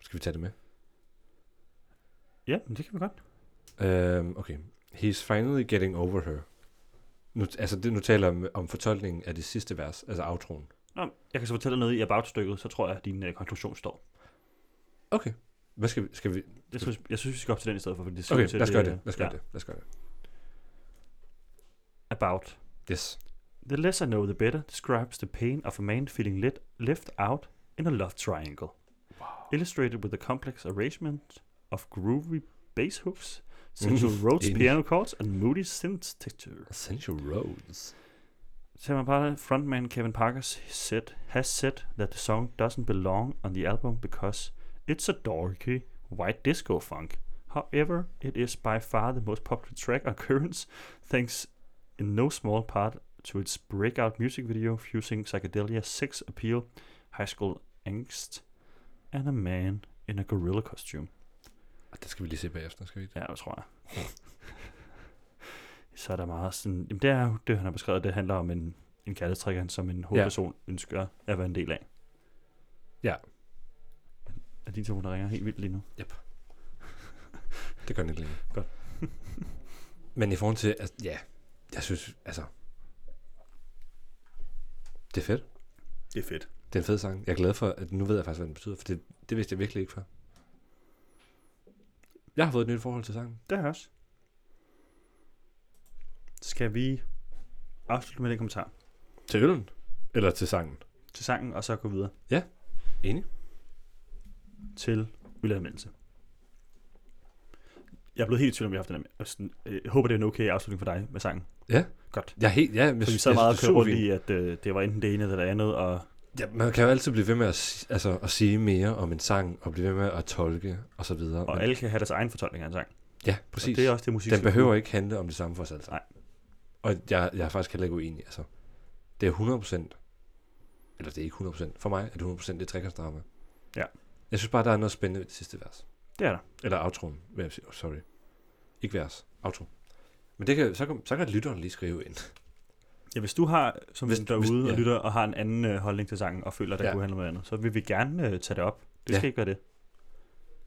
Speaker 3: Skal vi tage det med?
Speaker 2: Ja, men det kan vi godt.
Speaker 3: Um, okay. He's finally getting over her. Nu, altså, det, nu taler jeg om, om fortolkningen af det sidste vers, altså outroen.
Speaker 2: Nå, jeg kan så fortælle dig noget i about-stykket, så tror jeg, at din øh, konklusion står.
Speaker 3: Okay. Hvad skal vi... Skal vi
Speaker 2: Jeg synes, jeg synes, vi skal op til den i stedet for, fordi det ser
Speaker 3: okay,
Speaker 2: ud til,
Speaker 3: lad os gøre
Speaker 2: at
Speaker 3: det. Lad os gøre
Speaker 2: ja,
Speaker 3: det. Lad os gøre det.
Speaker 2: About.
Speaker 3: Yes.
Speaker 2: The less I know, the better describes the pain of a man feeling let, left out in a love triangle. Illustrated with a complex arrangement of groovy bass hooks, sensual
Speaker 3: Mm,
Speaker 2: Rhodes
Speaker 3: enig.
Speaker 2: piano chords, and moody synth texture.
Speaker 3: Essential Roads.
Speaker 2: Simon Parter, frontman Kevin Parker s- said, has said that the song doesn't belong on the album because it's a dorky white disco funk. However, it is by far the most popular track on Currents, thanks in no small part to its breakout music video fusing psychedelia, sex appeal, high school angst, and a man in a gorilla costume.
Speaker 3: Og Ah, det skal vi lige se bagefter, skal vi ikke?
Speaker 2: Ja, det tror jeg. så er der meget sådan... Jamen, det er jo det, han har beskrevet. Det handler om en, en kærlighedstrækker, som en hovedperson ja. ønsker at være en del af.
Speaker 3: Ja.
Speaker 2: Er din telefon, der ringer helt vildt lige nu?
Speaker 3: Det gør den ikke længere.
Speaker 2: Godt.
Speaker 3: Men i forhold til... Altså, ja, jeg synes... Altså... Det er fedt.
Speaker 2: Det er fedt.
Speaker 3: Det er en fed sang. Jeg er glad for, at nu ved jeg faktisk, hvad den betyder, for det, det vidste jeg virkelig ikke før. Jeg har fået et nyt forhold til sangen.
Speaker 2: Det har også. Skal vi afslutte med den kommentar
Speaker 3: Til øllen? Eller til sangen?
Speaker 2: til sangen, og så gå videre
Speaker 3: Enig.
Speaker 2: til ølanmeldelse? Jeg er blevet helt i tvivl om, vi har haft den her med. Og sådan, øh, Jeg håber, det er en okay afslutning for dig med sangen.
Speaker 3: Ja.
Speaker 2: Godt.
Speaker 3: Jeg er helt, ja, jeg,
Speaker 2: Så vi
Speaker 3: synes-
Speaker 2: sad
Speaker 3: jeg
Speaker 2: meget og
Speaker 3: synes, det er
Speaker 2: kørte
Speaker 3: super
Speaker 2: rundt
Speaker 3: fint.
Speaker 2: i, at øh, det var enten det ene eller det andet, og
Speaker 3: Ja, man kan jo altid blive ved med at, si- altså, at sige mere om en sang, og blive ved med at tolke, og så videre.
Speaker 2: Og
Speaker 3: Men-
Speaker 2: alle kan have deres egen fortolkning af en sang.
Speaker 3: ja,
Speaker 2: Præcis. Og
Speaker 3: præcis.
Speaker 2: det er også det, musik
Speaker 3: Den behøver ikke handle om det samme for os alle sammen.
Speaker 2: Nej.
Speaker 3: Og jeg, jeg er faktisk heller ikke uenig. Altså. Det er 100%, eller det er ikke 100%, for mig er det 100% det trekantsdrama.
Speaker 2: Ja.
Speaker 3: Jeg synes bare, der er noget spændende ved det sidste vers.
Speaker 2: Det er der.
Speaker 3: Eller outroen, vil jeg sige. Oh, sorry. Ikke vers. Outro. Men det kan, så, kan, så kan lytteren lige skrive ind.
Speaker 2: Ja, hvis du har, som
Speaker 3: Hvis-
Speaker 2: hvis, derude hvis,
Speaker 3: hvis-
Speaker 2: ja.
Speaker 3: ja.
Speaker 2: og lytter og har en anden øh, holdning til sangen og føler, at der
Speaker 3: Ja.
Speaker 2: ja. kunne handle om noget andet, så vil vi gerne øh, tage det op. Det
Speaker 3: Ja.
Speaker 2: skal ikke være det.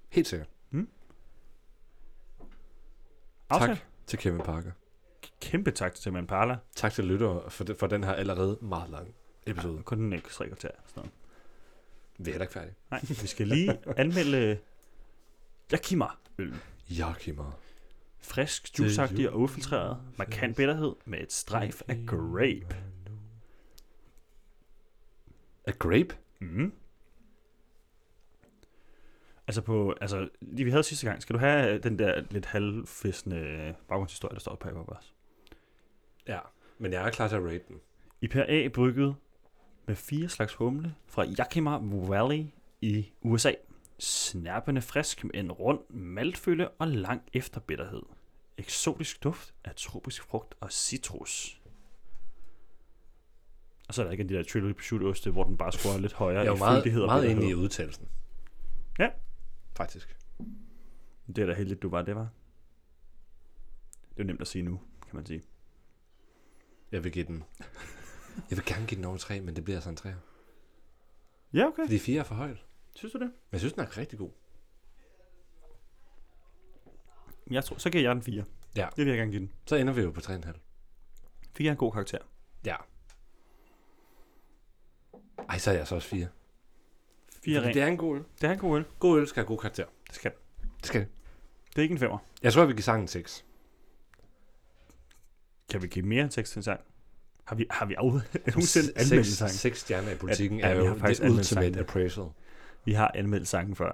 Speaker 3: Helt sikkert.
Speaker 2: Aftale.
Speaker 3: Tak til Kevin Parker.
Speaker 2: Kæmpe tak til Timon Parla.
Speaker 3: Tak til lyttere for, de, for den her allerede meget lange episode.
Speaker 2: Kun den ikke strikker til. Sådan noget.
Speaker 3: Vi er heller ikke færdige.
Speaker 2: Nej, vi skal lige anmelde øh, Yakima øl.
Speaker 3: Jakima.
Speaker 2: Frisk,
Speaker 3: er
Speaker 2: juiceagtig og
Speaker 3: jul.
Speaker 2: ufiltreret. Markant bitterhed med et strejf af grape.
Speaker 3: A grape?
Speaker 2: Mm. Altså på, altså, lige vi havde sidste gang, skal du have øh, den der lidt halvfæsende baggrundshistorie, der står på Paperbars?
Speaker 3: Ja, men jeg er klar til at rate den.
Speaker 2: IPA brygget med fire slags humle fra Yakima Valley i USA. Snærpende frisk med en rund maltfylde og lang efterbitterhed. Eksotisk duft af tropisk frugt og citrus. Og så er der ikke de der triple prosciutto oste, hvor den bare scorer lidt højere
Speaker 3: Jeg er jo
Speaker 2: i fyldighed og
Speaker 3: meget, meget enig i
Speaker 2: bitterhed.
Speaker 3: udtalelsen.
Speaker 2: Ja.
Speaker 3: Faktisk.
Speaker 2: Det er da heldigt, du var det, var. Det er jo nemt at sige nu, kan man sige.
Speaker 3: Jeg vil give den... Jeg vil gerne give den over 3, men det bliver altså en 3.
Speaker 2: Ja, okay.
Speaker 3: Fordi 4 er for højt.
Speaker 2: Synes du det?
Speaker 3: Men jeg synes, den er rigtig god.
Speaker 2: Jeg tror, så giver jeg den 4.
Speaker 3: Ja.
Speaker 2: Det vil jeg gerne give den.
Speaker 3: Så ender vi jo på 3,5.
Speaker 2: 4 er en god karakter.
Speaker 3: Ja. Ej, så er jeg så også 4.
Speaker 2: 4 er rent.
Speaker 3: det er en god øl.
Speaker 2: Det er en god øl.
Speaker 3: God øl skal have god karakter.
Speaker 2: Det skal
Speaker 3: Det skal det.
Speaker 2: Det er ikke en femmer.
Speaker 3: Jeg tror, vi giver sangen 6.
Speaker 2: Kan vi give mere tekst til en sang? Har vi, har vi af, nogensinde anmeldt en sang?
Speaker 3: 6 stjerner i politikken
Speaker 2: Ja,
Speaker 3: er
Speaker 2: vi
Speaker 3: jo
Speaker 2: har faktisk
Speaker 3: det
Speaker 2: anmeldt
Speaker 3: ultimate
Speaker 2: sangen.
Speaker 3: appraisal.
Speaker 2: Vi har anmeldt sangen før.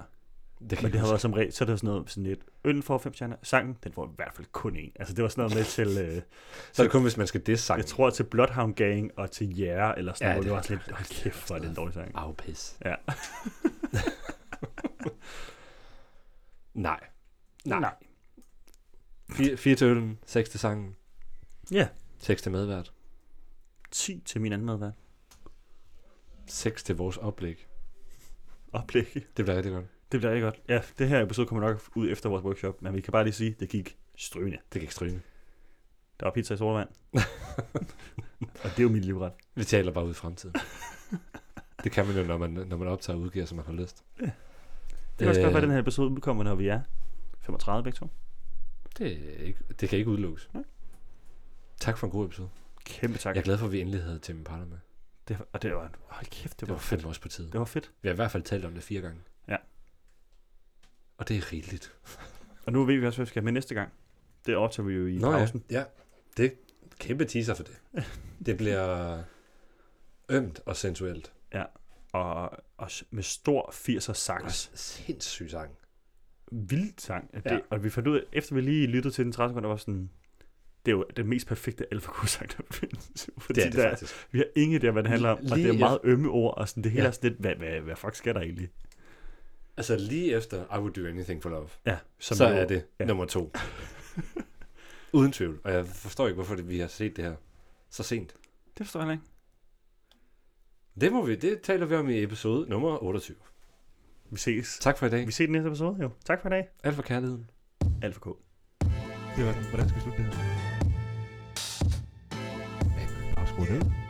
Speaker 3: Det
Speaker 2: Men det har
Speaker 3: jeg
Speaker 2: været som regel, så er det sådan noget sådan lidt, øl får fem stjerner. Sangen, den får i hvert fald kun en. Altså det var sådan noget med til, øh,
Speaker 3: huske. Så er det kun, hvis man skal disse sangen.
Speaker 2: jeg tror til Bloodhound Gang og til Jæger, eller sådan
Speaker 3: Ja,
Speaker 2: ja, noget.
Speaker 3: det
Speaker 2: Det var sådan
Speaker 3: var-
Speaker 2: lidt, hold kæft, hvor er det en dårlig sang.
Speaker 3: Au, pis.
Speaker 2: Ja.
Speaker 3: Nej. Nej.
Speaker 2: Nej.
Speaker 3: 4, 4 til øllen, 6 til sangen,
Speaker 2: Ja,
Speaker 3: 6 til medvært,
Speaker 2: 10 til min anden medvært.
Speaker 3: 6 til vores oplæg.
Speaker 2: Oplæg.
Speaker 3: Det bliver rigtig godt.
Speaker 2: Det bliver rigtig godt. Ja, det her episode kommer nok ud efter vores workshop, men vi kan bare lige sige, det gik strygende.
Speaker 3: Det kan ikke stryge.
Speaker 2: Der var pizza i solvand. og det er jo min livret.
Speaker 3: Vi taler bare ud i fremtiden. det kan man jo, når man, når man optager og udgiver, som man har lyst.
Speaker 2: Det kan også godt
Speaker 3: Øh.
Speaker 2: være, at den her episode udkommer, når vi er 35 begge to.
Speaker 3: Det, er ikke, det kan ikke udelukkes.
Speaker 2: Nej.
Speaker 3: Tak for en god episode.
Speaker 2: Kæmpe tak.
Speaker 3: Jeg er glad for, at vi endelig havde Tim Parler med.
Speaker 2: Det, og det var, hold kæft, det
Speaker 3: Det
Speaker 2: var, det var
Speaker 3: var
Speaker 2: fedt.
Speaker 3: fandme også på tide.
Speaker 2: Det var fedt.
Speaker 3: Vi har i hvert fald talt om det fire gange.
Speaker 2: Ja.
Speaker 3: Og det er rigeligt.
Speaker 2: Og nu ved vi også, hvad vi skal have med næste gang. Det optager vi jo i Nå, pausen.
Speaker 3: ja. ja. Det er kæmpe teaser for det. Det bliver ømt og sensuelt.
Speaker 2: Ja. Og, og s- med stor 80'er sax.
Speaker 3: Sindssyg sang.
Speaker 2: Vildt sang. Ja.
Speaker 3: Ja.
Speaker 2: Det, og vi fandt ud af, efter vi lige lyttede til den 30 sekunder, var sådan, det er jo den mest perfekte alfa sang der findes. Fordi
Speaker 3: Det er det
Speaker 2: der,
Speaker 3: faktisk.
Speaker 2: vi har ingen idé om, hvad det handler om, og
Speaker 3: Lige
Speaker 2: det er
Speaker 3: efter-
Speaker 2: meget ømme ord, og sådan, det hele
Speaker 3: Ja.
Speaker 2: ja. er sådan lidt, hvad, hvad, hvad fuck sker der egentlig?
Speaker 3: Altså lige efter I Would Do Anything for Love,
Speaker 2: Ja,
Speaker 3: Som så
Speaker 2: jo-
Speaker 3: er det ja.
Speaker 2: ja.
Speaker 3: nummer to. Uden tvivl. Og jeg forstår ikke, hvorfor det, vi har set det her så sent.
Speaker 2: Det forstår jeg heller ikke.
Speaker 3: Det, må vi, det taler vi om i episode nummer 28.
Speaker 2: Vi ses.
Speaker 3: Tak for i dag.
Speaker 2: Vi ses i næste episode, jo. Tak for i dag.
Speaker 3: Alt for kærligheden.
Speaker 2: Alfa K.
Speaker 4: Det var, hvordan skal vi slutte det her?
Speaker 3: Afskru ned.